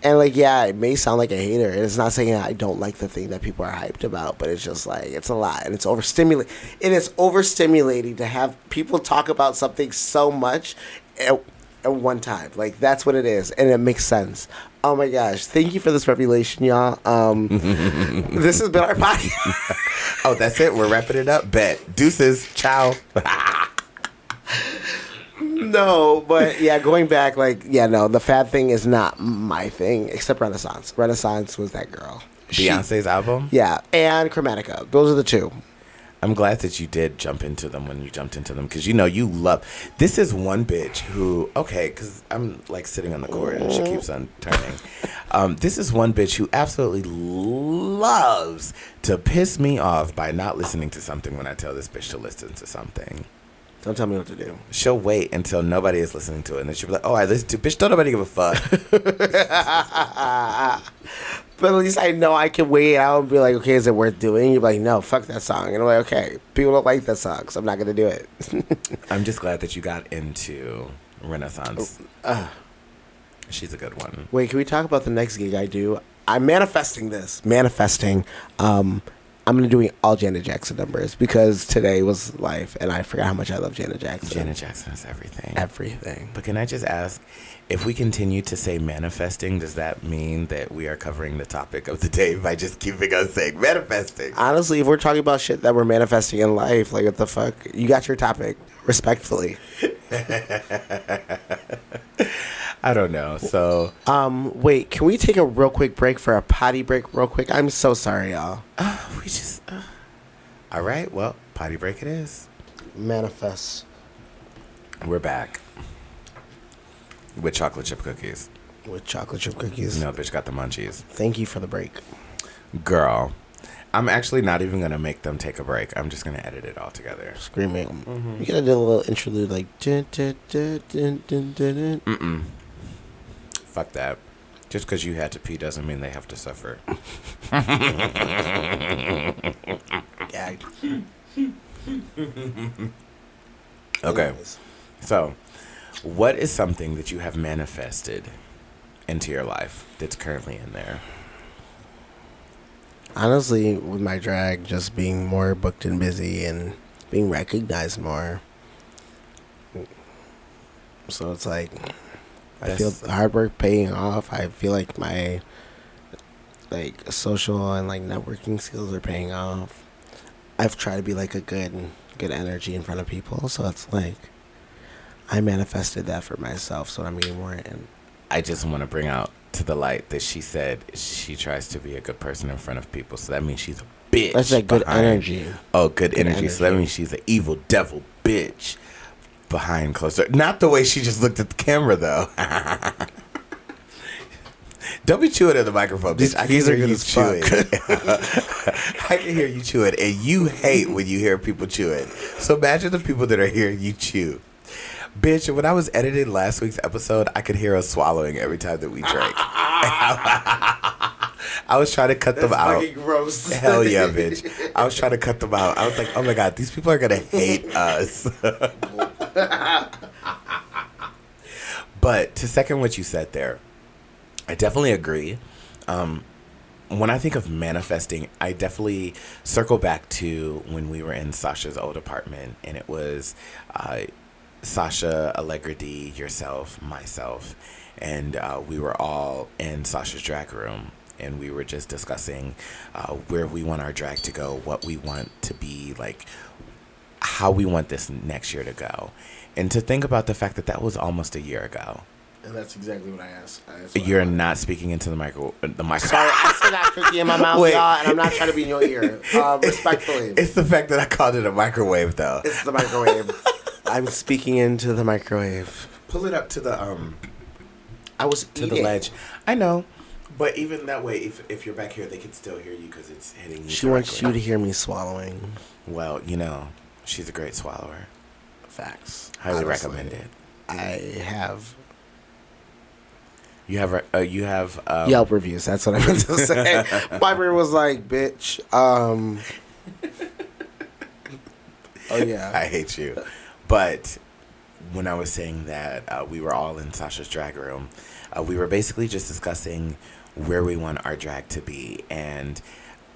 And like, yeah, it may sound like a hater, and it's not saying that I don't like the thing that people are hyped about, but it's just like it's a lot, and it's overstimulating. It is overstimulating to have people talk about something so much at, at one time. Like that's what it is, and it makes sense. Oh my gosh! Thank you for this revelation, y'all. Um, this has been our podcast. Oh, that's it. We're wrapping it up. Bet. Deuces. Ciao. no, but yeah, going back, like yeah, no, the fad thing is not my thing, except Renaissance. Renaissance was that girl. She- Beyonce's album. Yeah, and Chromatica. Those are the two. I'm glad that you did jump into them when you jumped into them because you know you love. This is one bitch who okay because I'm like sitting on the cord and she keeps on turning. Um, this is one bitch who absolutely loves to piss me off by not listening to something when I tell this bitch to listen to something. Don't tell me what to do. She'll wait until nobody is listening to it, and then she'll be like, "Oh, I listened to bitch. Don't nobody give a fuck." But at least I know I can wait out and be like, okay, is it worth doing? You're like, no, fuck that song. And I'm like, okay, people don't like that song, so I'm not gonna do it. I'm just glad that you got into Renaissance. uh. She's a good one. Wait, can we talk about the next gig I do? I'm manifesting this. Manifesting. Um, I'm gonna doing all Janet Jackson numbers because today was life, and I forgot how much I love Janet Jackson. Janet Jackson is everything. everything. But can I just ask, if we continue to say manifesting, does that mean that we are covering the topic of the day by just keeping on saying manifesting? Honestly, if we're talking about shit that we're manifesting in life, like what the fuck? You got your topic, respectfully. I don't know. So, Um, wait, can we take a real quick break for a potty break, real quick? I'm so sorry, y'all. uh, we just. Uh, all right. Well, potty break it is. Manifest We're back with chocolate chip cookies. with chocolate chip cookies. No, bitch got the munchies. Thank you for the break. Girl, I'm actually not even going to make them take a break. I'm just going to edit it all together. Screaming. You gotta do a little interlude, like. Dun, dun, dun, dun, dun, dun, dun. Mm-mm. Fuck that. Just because you had to pee doesn't mean they have to suffer. Gagged. Okay. Anyways. So, what is something that you have manifested into your life that's currently in there? Honestly, with my drag, just being more booked and busy and being recognized more. So it's like, I feel That's- the hard work paying off. I feel like my like social and like networking skills are paying off. I've tried to be like a good good energy in front of people, so it's like I manifested that for myself. So I'm getting more and I just want to bring out to the light that she said she tries to be a good person in front of people. So that means she's a bitch. that's like good behind- energy. Oh, good, Good energy. So that energy. means she's an evil devil bitch behind closed doors. Not the way she just looked at the camera, though. Don't be chewing at the microphone. These- Bitch. I can these are hear good you as fuck. chewing. I can hear you chewing, and you hate when you hear people chewing. So imagine the people that are hearing you chew. Bitch, when I was editing last week's episode, I could hear us swallowing every time that we drank. I was trying to cut them out. gross. Hell yeah, bitch. I was trying to cut them out. I was like, oh my God, these people are going to hate us. but to second what you said there, I definitely agree. Um, when I think of manifesting, I definitely circle back to when we were in Sasha's old apartment and it was uh, Sasha, Allegrity, yourself, myself, and uh, we were all in Sasha's drag room. And we were just discussing uh, where we want our drag to go, what we want to be, like how we want this next year to go. And to think about the fact that that was almost a year ago. And that's exactly what I asked. You're not speaking into the micro, uh, the microphone. Sorry, I still got cookie in my mouth, Wait. y'all, and I'm not trying to be in your ear. Uh, respectfully, it's, It's the fact that I called it a microwave, though. the microwave. I'm speaking into the microwave. Pull it up to the um I was to the ledge. I know, but even that way, if if you're back here, they can still hear you because it's hitting you. She wants you to directly. hear me swallowing. Well, you know, she's a great swallower. Facts. Highly Honestly. recommend it. I have You have re- uh, you have um, Yelp reviews. That's what I meant to say. Piper was like, "Bitch." Um, oh yeah. I hate you, but when I was saying that uh, we were all in Sasha's drag room, uh, we were basically just discussing where we want our drag to be. And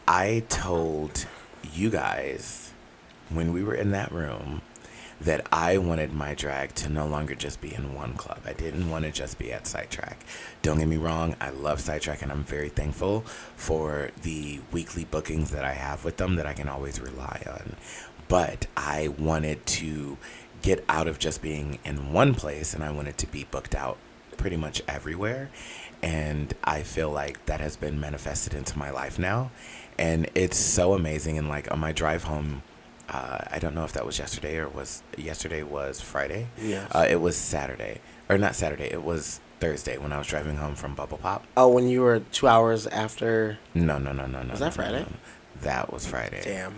I told you guys when we were in that room that I wanted my drag to no longer just be in one club. I didn't want to just be at Sidetrack. Don't get me wrong, I love Sidetrack and I'm very thankful for the weekly bookings that I have with them that I can always rely on. But I wanted to get out of just being in one place and I wanted to be booked out pretty much everywhere. And I feel like that has been manifested into my life now. And it's so amazing. And like on my drive home, uh, I don't know if that was yesterday or was yesterday was Friday. Yes. Uh, it was Saturday or not Saturday. It was Thursday when I was driving home from Bubble Pop. Oh, when you were two hours after. No, no, no, no, no. Was that no, no, Friday? no. That was Friday. Damn.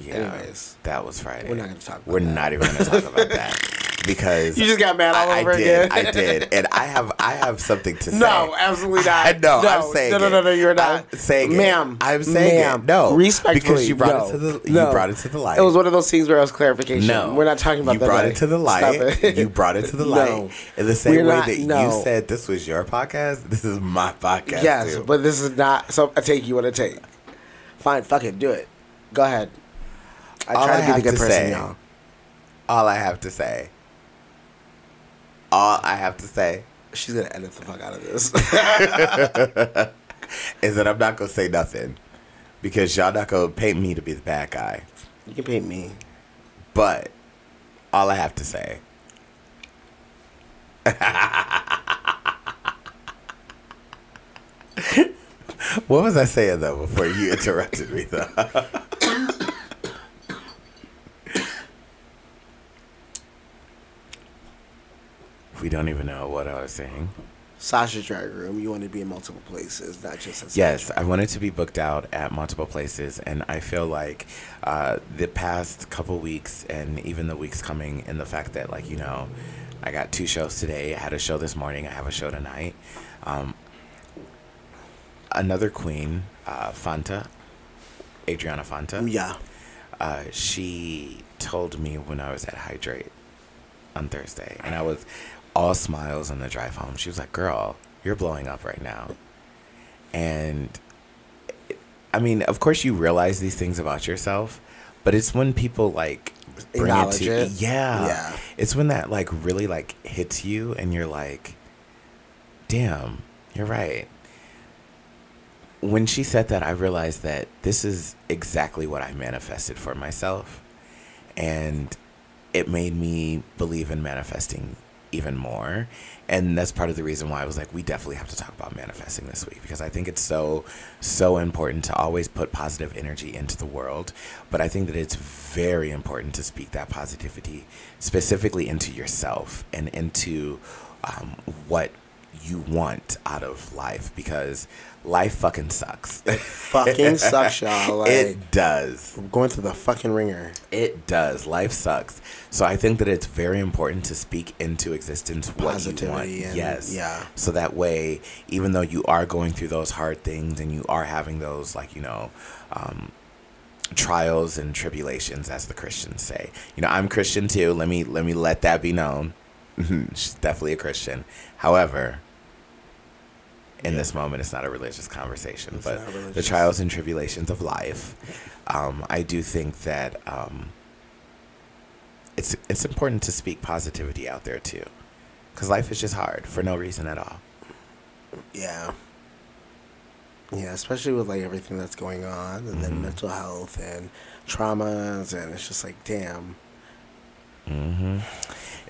Yeah. Anyways. That was Friday. We're not gonna talk about We're that. not even going to talk about that because You just got mad all I, I over did. again. I did, and I have I have something to say. No, absolutely not. I know. No, I'm saying no, no, it. no, no, you're not. I'm saying it. Ma'am, I'm saying ma'am, it. No, respectfully, because you brought it to no, the you no. brought it to the light. It was one of those things where it was clarification. We're not talking about you that. brought now. it to the Stop light. it. You brought it to the No. light. In the same We're way not- that no. you said this was your podcast, this is my podcast. yes, too. but this is not so I take you want to take. Fine, fuck it, do it. Go ahead. I All try I to be the have good to person, say- y'all. all I have to say, all I have to say She's gonna edit the fuck out of this. is that I'm not gonna say nothing because y'all not gonna paint me to be the bad guy. you can paint me. But all I have to say. what was I saying though before you interrupted me though? we don't even know what I was saying. Sasha Drag Room, you want to be in multiple places, not just in Yes, I wanted to be booked out at multiple places, and I feel like uh, the past couple weeks and even the weeks coming, and the fact that like you know, I got two shows today. I had a show this morning. I have a show tonight. Um, another queen, uh, Fanta, Adriana Fanta Oh, Yeah. uh, she told me when I was at Hydrate on Thursday, and I was all smiles on the drive home. She was like, "Girl, you're blowing up right now," and I mean, of course, you realize these things about yourself, but it's when people like bring it Acknowledge to it. yeah, Yeah. it's when that like really like hits you, and you're like, "Damn, you're right." when she said that, I realized that this is exactly what I manifested for myself. And it made me believe in manifesting even more. And that's part of the reason why I was like, we definitely have to talk about manifesting this week because I think it's so, so important to always put positive energy into the world. But I think that it's very important to speak that positivity specifically into yourself and into um, what you want out of life because life fucking sucks. Fucking sucks, y'all. Like, it does. going through the fucking ringer. It does. Life sucks. So I think that it's very important to speak into existence what Positivity you want. and- yes. yeah. So that way, even though you are going through those hard things and you are having those, like, you know, um, trials and tribulations as the christians say you know i'm christian too let me let me let that be known she's definitely a christian however in this moment it's not a religious conversation It's but not the religious. trials and tribulations of life um, i do think that um, it's it's important to speak positivity out there too because life is just hard for no reason at all Yeah. Yeah, especially with like everything that's going on and Mm-hmm. then mental health and traumas and it's just like damn. hmm Mm-hmm.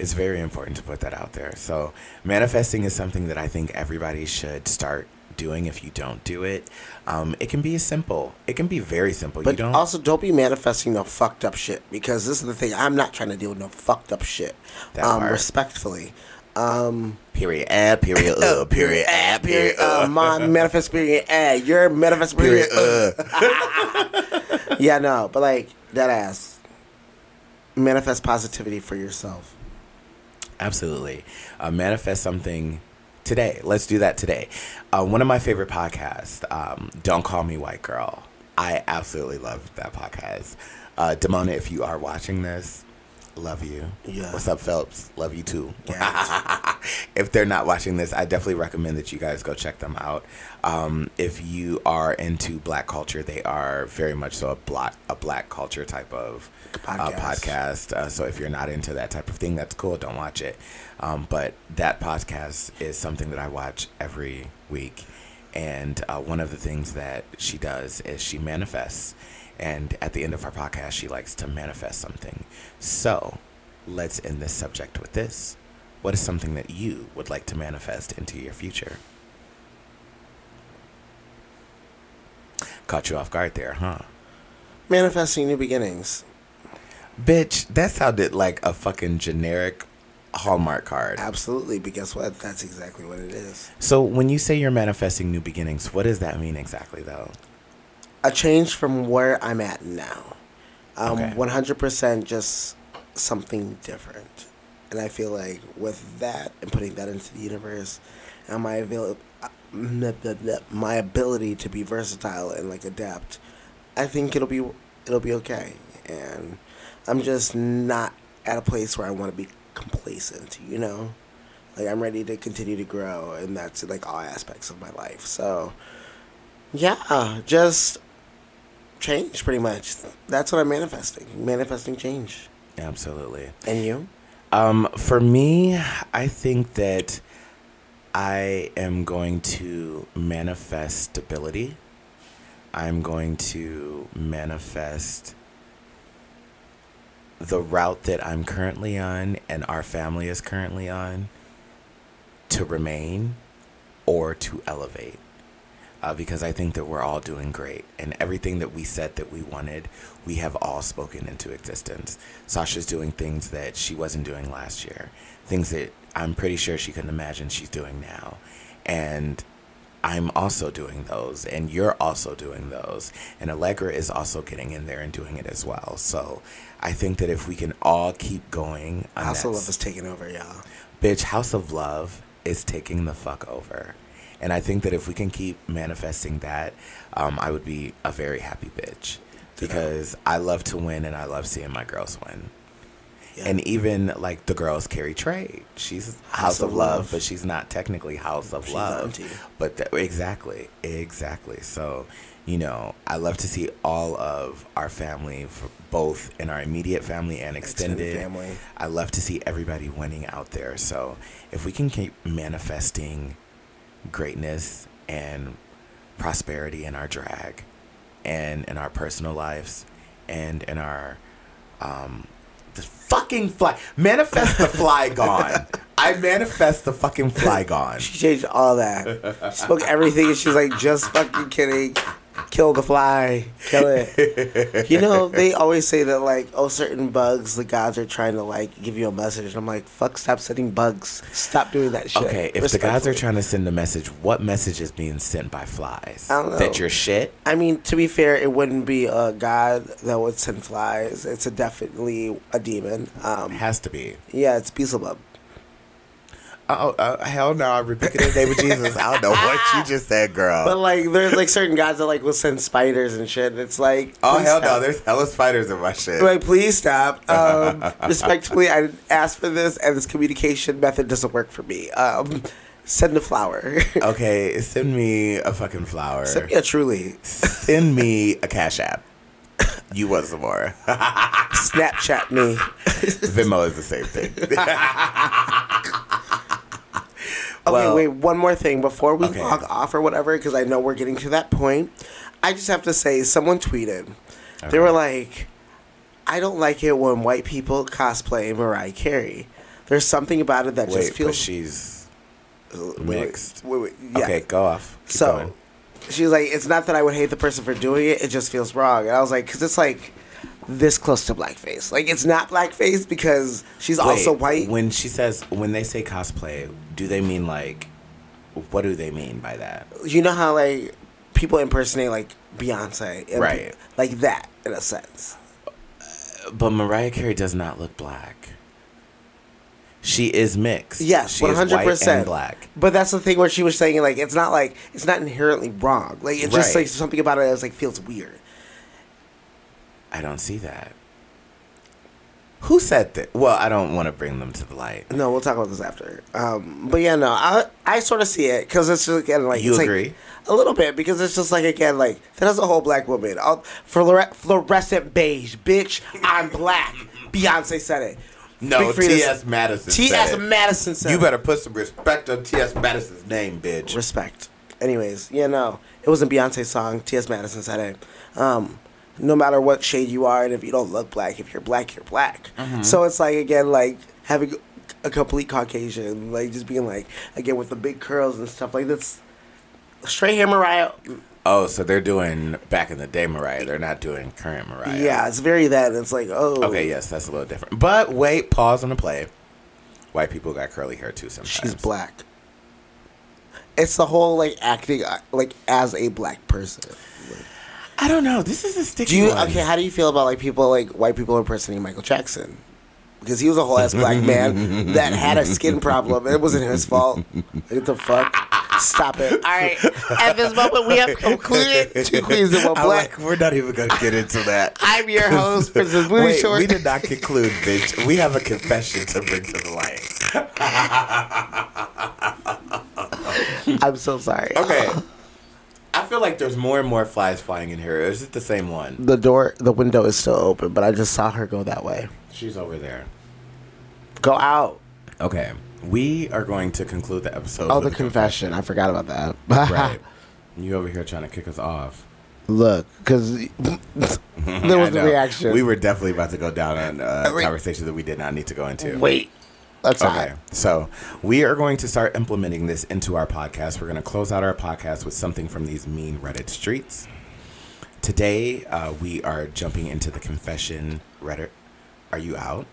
It's very important to put that out there. So, manifesting is something that I think everybody should start doing if you don't do it. Um, it can be simple, it can be very simple. you But don't. also don't be manifesting no fucked up shit because this is the thing I'm not trying to deal with no fucked up shit. That um part. respectfully. Um period, ah, period, uh, period, ah, period, uh, uh. my manifest period eh, your manifest period. Period, uh. uh. yeah, no, but like that ass. Manifest positivity for yourself. Absolutely. Uh, manifest something today. Let's do that today. Uh, one of my favorite podcasts, um, Don't Call Me White Girl. I absolutely love that podcast. Uh, Damona, if you are watching this, love you. Yeah. What's up, Phelps? Love you too. Yes. if they're not watching this, I definitely recommend that you guys go check them out. Um, if you are into black culture, they are very much so a black a black culture type of podcast. Uh, Podcast. podcast. Uh, so if you're not into that type of thing, that's cool. Don't watch it. Um, but that podcast is something that I watch every week. And uh, one of the things that she does is she manifests. And at the end of our podcast, she likes to manifest something. So let's end this subject with this. What is something that you would like to manifest into your future? Caught you off guard there, huh? Manifesting new beginnings. Bitch, that sounded like a fucking generic Hallmark card. Absolutely, but guess what? That's exactly what it is. So when you say you're manifesting new beginnings, what does that mean exactly though? A change from where I'm at now. Um, Okay. 100% just something different. And I feel like with that and putting that into the universe and my, avail- uh, bleh, bleh, bleh, my ability to be versatile and like adapt, I think it'll be it'll be okay. And I'm just not at a place where I want to be complacent, you know? Like I'm ready to continue to grow and that's like all aspects of my life. So yeah, just change pretty much. That's what I'm manifesting. Manifesting change. Absolutely. And you? Um, for me, I think that I am going to manifest stability. I'm going to manifest the route that I'm currently on and our family is currently on to remain or to elevate. Uh, because I think that we're all doing great. And everything that we said that we wanted, we have all spoken into existence. Sasha's doing things that she wasn't doing last year, things that I'm pretty sure she couldn't imagine she's doing now. And I'm also doing those, and you're also doing those, and Allegra is also getting in there and doing it as well. So I think that if we can all keep going, on House of that Love is taking over, y'all. bitch, House of Love is taking the fuck over. And I think that if we can keep manifesting that, um, I would be a very happy bitch because I love to win and I love seeing my girls win. Yeah. And even like the girls carry trade. She's House, of, of love, Love. but she's not technically House of She's Love. auntie. But th- exactly, exactly. So, you know, I love to see all of our family, f- both in our immediate family and extended, Extended family. I love to see everybody winning out there. So, if we can keep manifesting greatness and prosperity in our drag, and in our personal lives, and in our um, the fucking fly, manifest the fly gone. I manifest the fucking fly gone. She changed all that. She spoke everything and she's like, just fucking kidding. Kill the fly. Kill it. you know, they always say that like, oh certain bugs, the gods are trying to like give you a message. And I'm like, fuck stop sending bugs. Stop doing that shit. Okay, if the guys are Respectfully. trying to send a message, what message is being sent by flies? I don't know. That you're shit? I mean, to be fair, it wouldn't be a god that would send flies. It's a definitely a demon. Um, Has to be. yeah, it's Beelzebub. Oh, uh, hell no. I rebuke it in the name of Jesus. I don't know what you just said, girl. But like, there's like certain gods that like will send spiders and shit. It's like, oh, please hell no. stop. There's hella spiders in my shit. Like, please stop. Um, respectfully, I asked for this, and this communication method doesn't work for me. Um, send a flower. okay, send me a fucking flower. send me a truly Send me a Cash App. You want some more. Snapchat me. Venmo is the same thing. Okay, Well- wait, one more thing before we Okay. log off or whatever, because I know we're getting to that point. I just have to say, someone tweeted. They were like, I don't like it when white people cosplay Mariah Carey. There's something about it that Wait, just but feels she's wait, wait, mixed. Wait, wait, yeah. Okay, go off. Keep so going. she was like, it's not that I would hate the person for doing it, it just feels wrong. And I was like, because it's like this close to blackface. Like, it's not blackface because she's also Wait, white. When she says, when they say cosplay, do they mean like, what do they mean by that? you know how like people impersonate like Beyonce, and Right. pe- like that in a sense. But Mariah Carey does not look black. She is mixed. Yes, she is one white hundred and percent black. But that's the thing where she was saying like it's not like it's not inherently wrong. Like it's just Right. like something about it that's like feels weird. I don't see that. Who said that? Well, I don't want to bring them to the light. No, we'll talk about this after. Um, but yeah, no, I I sort of see it because it's just again like You it's agree? like, a little bit because it's just like again like that is a whole black woman. All, fluore- fluorescent beige, bitch. I'm black. Beyonce said it. No, Big Frida T.S. said- Madison. T.S. said it. Madison said You it. better put some respect on T.S. Madison's name, bitch. respect. Anyways, yeah, no, it wasn't Beyonce's song. T.S. Madison said it. Um, no matter what shade you are, and if you don't look black, if you're black, you're black. Mm-hmm. So it's like again, like having a complete Caucasian, like just being like again with the big curls and stuff like that's straight hair Mariah. oh, so they're doing back in the day Mariah. They're not doing current Mariah. Yeah, it's very that. It's like oh, Okay, yes, that's a little different. But wait, pause on the play. White people got curly hair too sometimes. she's black. It's the whole like acting uh, like as a black person. Like, I don't know. This is a sticky Do you one. okay? How do you feel about like people like white people impersonating Michael Jackson? Because he was a whole ass black man that had a skin problem. It wasn't his fault. What the fuck? Stop it! All right. At this moment, we have concluded two queens and one I like- black. we're not even gonna get into that. I'm your host, Princess Booty Wait, Short. we did not conclude, bitch. We have a confession to bring to the light. I'm so sorry. Okay. I feel like there's more and more flies flying in here. Is it the same one? The door, the window is still open, but I just saw her go that way. She's over there. Go out. Okay. We are going to conclude the episode. Oh, with the a confession. I forgot about that. Right. You over here trying to kick us off. Look, because there I was the know. reaction. We were definitely about to go down on uh, Wait. conversation that we did not need to go into. wait. That's okay. Okay. So we are going to start implementing this into our podcast. We're going to close out our podcast with something from these mean Reddit streets. Today, uh, we are jumping into the confession Reddit. Are you out?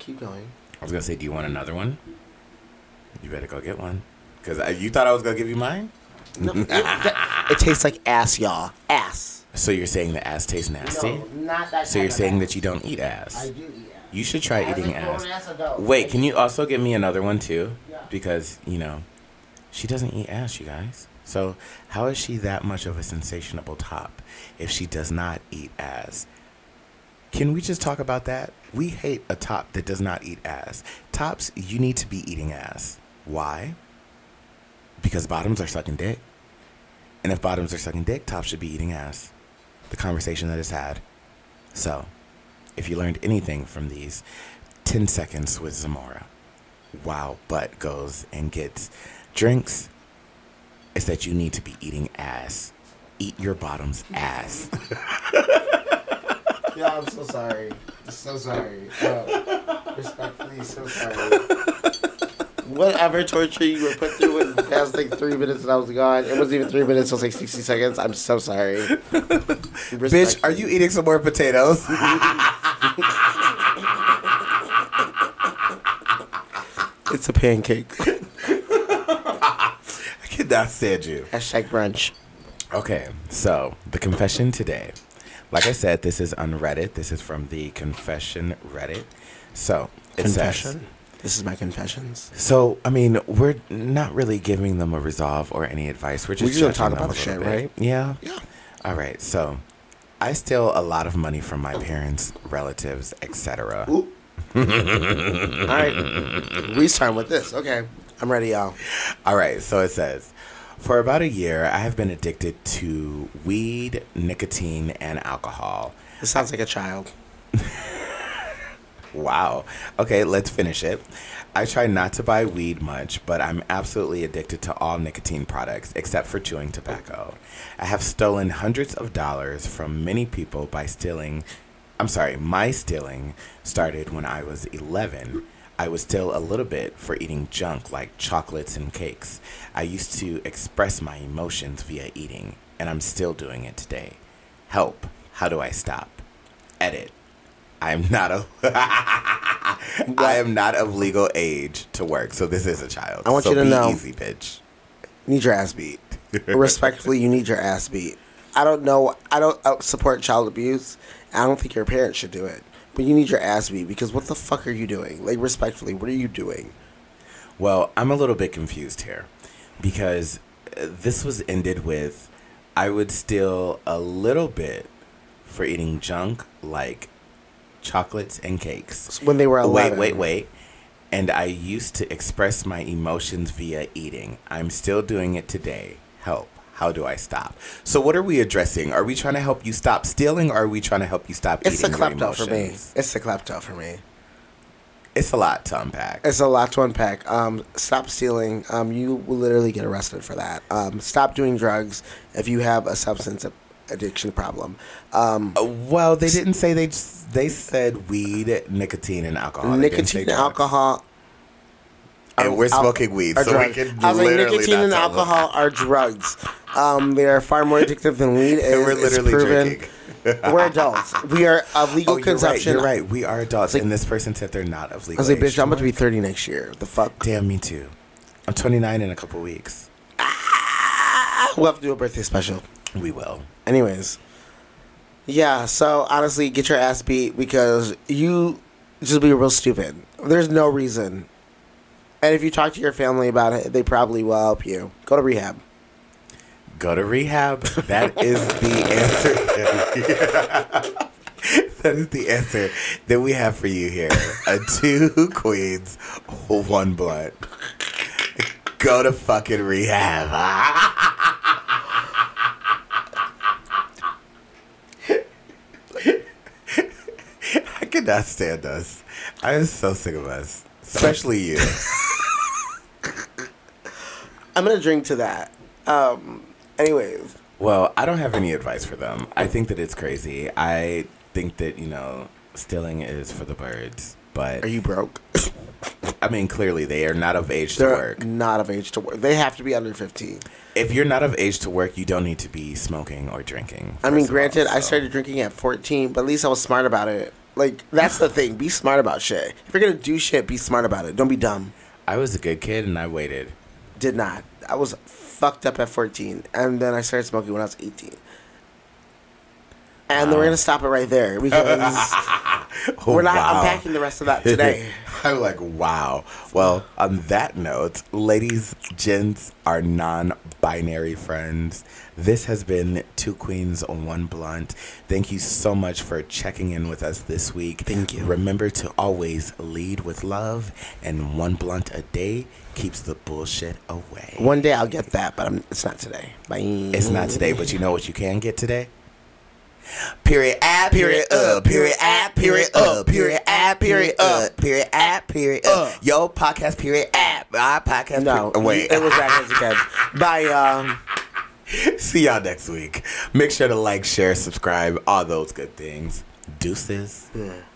Keep going. I was going to say, do you want another one? You better go get one. Because you thought I was going to give you mine? No, it, that- it tastes like ass, y'all. Ass. So you're saying the ass tastes nasty? not that. So you're saying that you don't eat ass? do eat ass. You should try eating ass. adult. Wait, can you also get me another one too? Yeah. Because, you know, she doesn't eat ass, you guys. So, how is she that much of a sensationable top if she does not eat ass? Can we just talk about that? We hate a top that does not eat ass. Tops, you need to be eating ass. Why? Because bottoms are sucking dick. And if bottoms are sucking dick, tops should be eating ass. The conversation that is had. So, if you learned anything from these 10 seconds with Zamora, wow, butt goes and gets drinks, is that you need to be eating ass. Eat your bottom's ass. Yeah, I'm so sorry. So sorry. Uh, respectfully, so sorry. Whatever torture you were put through in the past like three minutes and I was gone. It wasn't even three minutes, it was like 60 seconds. I'm so sorry. Bitch, are you eating some more potatoes? It's a pancake. I cannot stand you. Hashtag brunch. Okay, so the confession today. Like I said, this is on Reddit. This is from the confession Reddit. So it says. This is my confessions. So I mean, we're not really giving them a resolve or any advice. We're just We just gonna judging talk about them a the little bit. shit, right? Yeah. Yeah. All right. So I steal a lot of money from my parents, relatives, etc. All right. Restart with this. Okay. I'm ready, y'all. All right, so it says, for about a year, I have been addicted to weed, nicotine, and alcohol. This sounds like a child. Wow. Okay, let's finish it. I try not to buy weed much, but I'm absolutely addicted to all nicotine products except for chewing tobacco. I have stolen hundreds of dollars from many people by stealing. I'm sorry, my stealing started when I was 11. I would steal a little bit for eating junk like chocolates and cakes. I used to express my emotions via eating, and I'm still doing it today. Help. How do I stop? Edit. I'm not a. I am not of legal age to work, so this is a child. I want So you to be know- easy, bitch. need your ass beat. Respectfully, you need your ass beat. I don't know. I don't uh, support child abuse. I don't think your parents should do it. But you need your ass beat because what the fuck are you doing? Like, respectfully, what are you doing? Well, I'm a little bit confused here because uh, this was ended with I would steal a little bit for eating junk like chocolates, and cakes. when they were Wait, 11. wait, wait. And I used to express my emotions via eating. I'm still doing it today. Help. How do I stop? So, what are we addressing? Are we trying to help you stop stealing, or are we trying to help you stop It's the eating? your klepto for me. emotions? It's the klepto for me. It's a lot to unpack. It's a lot to unpack. Um, stop stealing. Um, you will literally get arrested for that. Um, stop doing drugs if you have a substance ab- addiction problem. Um, Uh, well, they didn't say they. Just, they said weed, nicotine, and alcohol. Oh, They didn't say nicotine, drugs. alcohol, and we're al- smoking weed, are so drugs. we can I was like, literally nicotine not and tell them. alcohol are drugs. Um, they are far more addictive than weed. And we're literally proven. drinking. We're adults. We are of legal Oh, you're right. consumption. You're right. We are adults, It's like- and this person said they're not of I legal. was like, age bitch, I'm about to work. be 30 next year. The fuck? Damn, me too. I'm 29 in a couple weeks. Ah, We'll have to do a birthday special. We will. Anyways, yeah. So honestly, get your ass beat because you just be real stupid. There's no reason. And if you talk to your family about it, they probably will help you. Go to rehab. Go to rehab. That is the answer. that is the answer that we have for you here. A two queens, one blunt. Go to fucking rehab. I cannot stand us. I am so sick of us, especially you. I'm gonna drink to that. Um. Anyways, Well, I don't have any advice for them. I think that it's crazy. I think that, you know, stealing is for the birds. But are you broke? I mean, clearly they are not of age to They're work. not of age to work. They have to be under 15. If you're not of age to work, you don't need to be smoking or drinking. I mean, first of all, granted, I so- started drinking at 14, but at least I was smart about it. Like that's the thing. Be smart about shit. If you're gonna do shit, be smart about it. Don't be dumb. I was a good kid and I waited. Did not. I was fucked up at 14, and then I started smoking when I was 18. And then we're gonna stop it right there because we're not Wow. unpacking the rest of that today. I'm like, wow. Well, on that note, ladies, gents, our non binary friends, this has been Two Queens on One Blunt. Thank you so much for checking in with us this week. Thank you. Remember to always lead with love, and one blunt a day keeps the bullshit away. One day I'll get that, but I'm, it's not today. Bye. It's not today, but you know what you can get today? Period app, period up, period app, period up, period app, period up, Uh. period app, period up. Yo, podcast, period app. Our podcast, No, period. Wait. It was back as kids. Bye, y'all. um, See y'all next week. Make sure to like, share, subscribe, all those good things. Deuces. Yeah.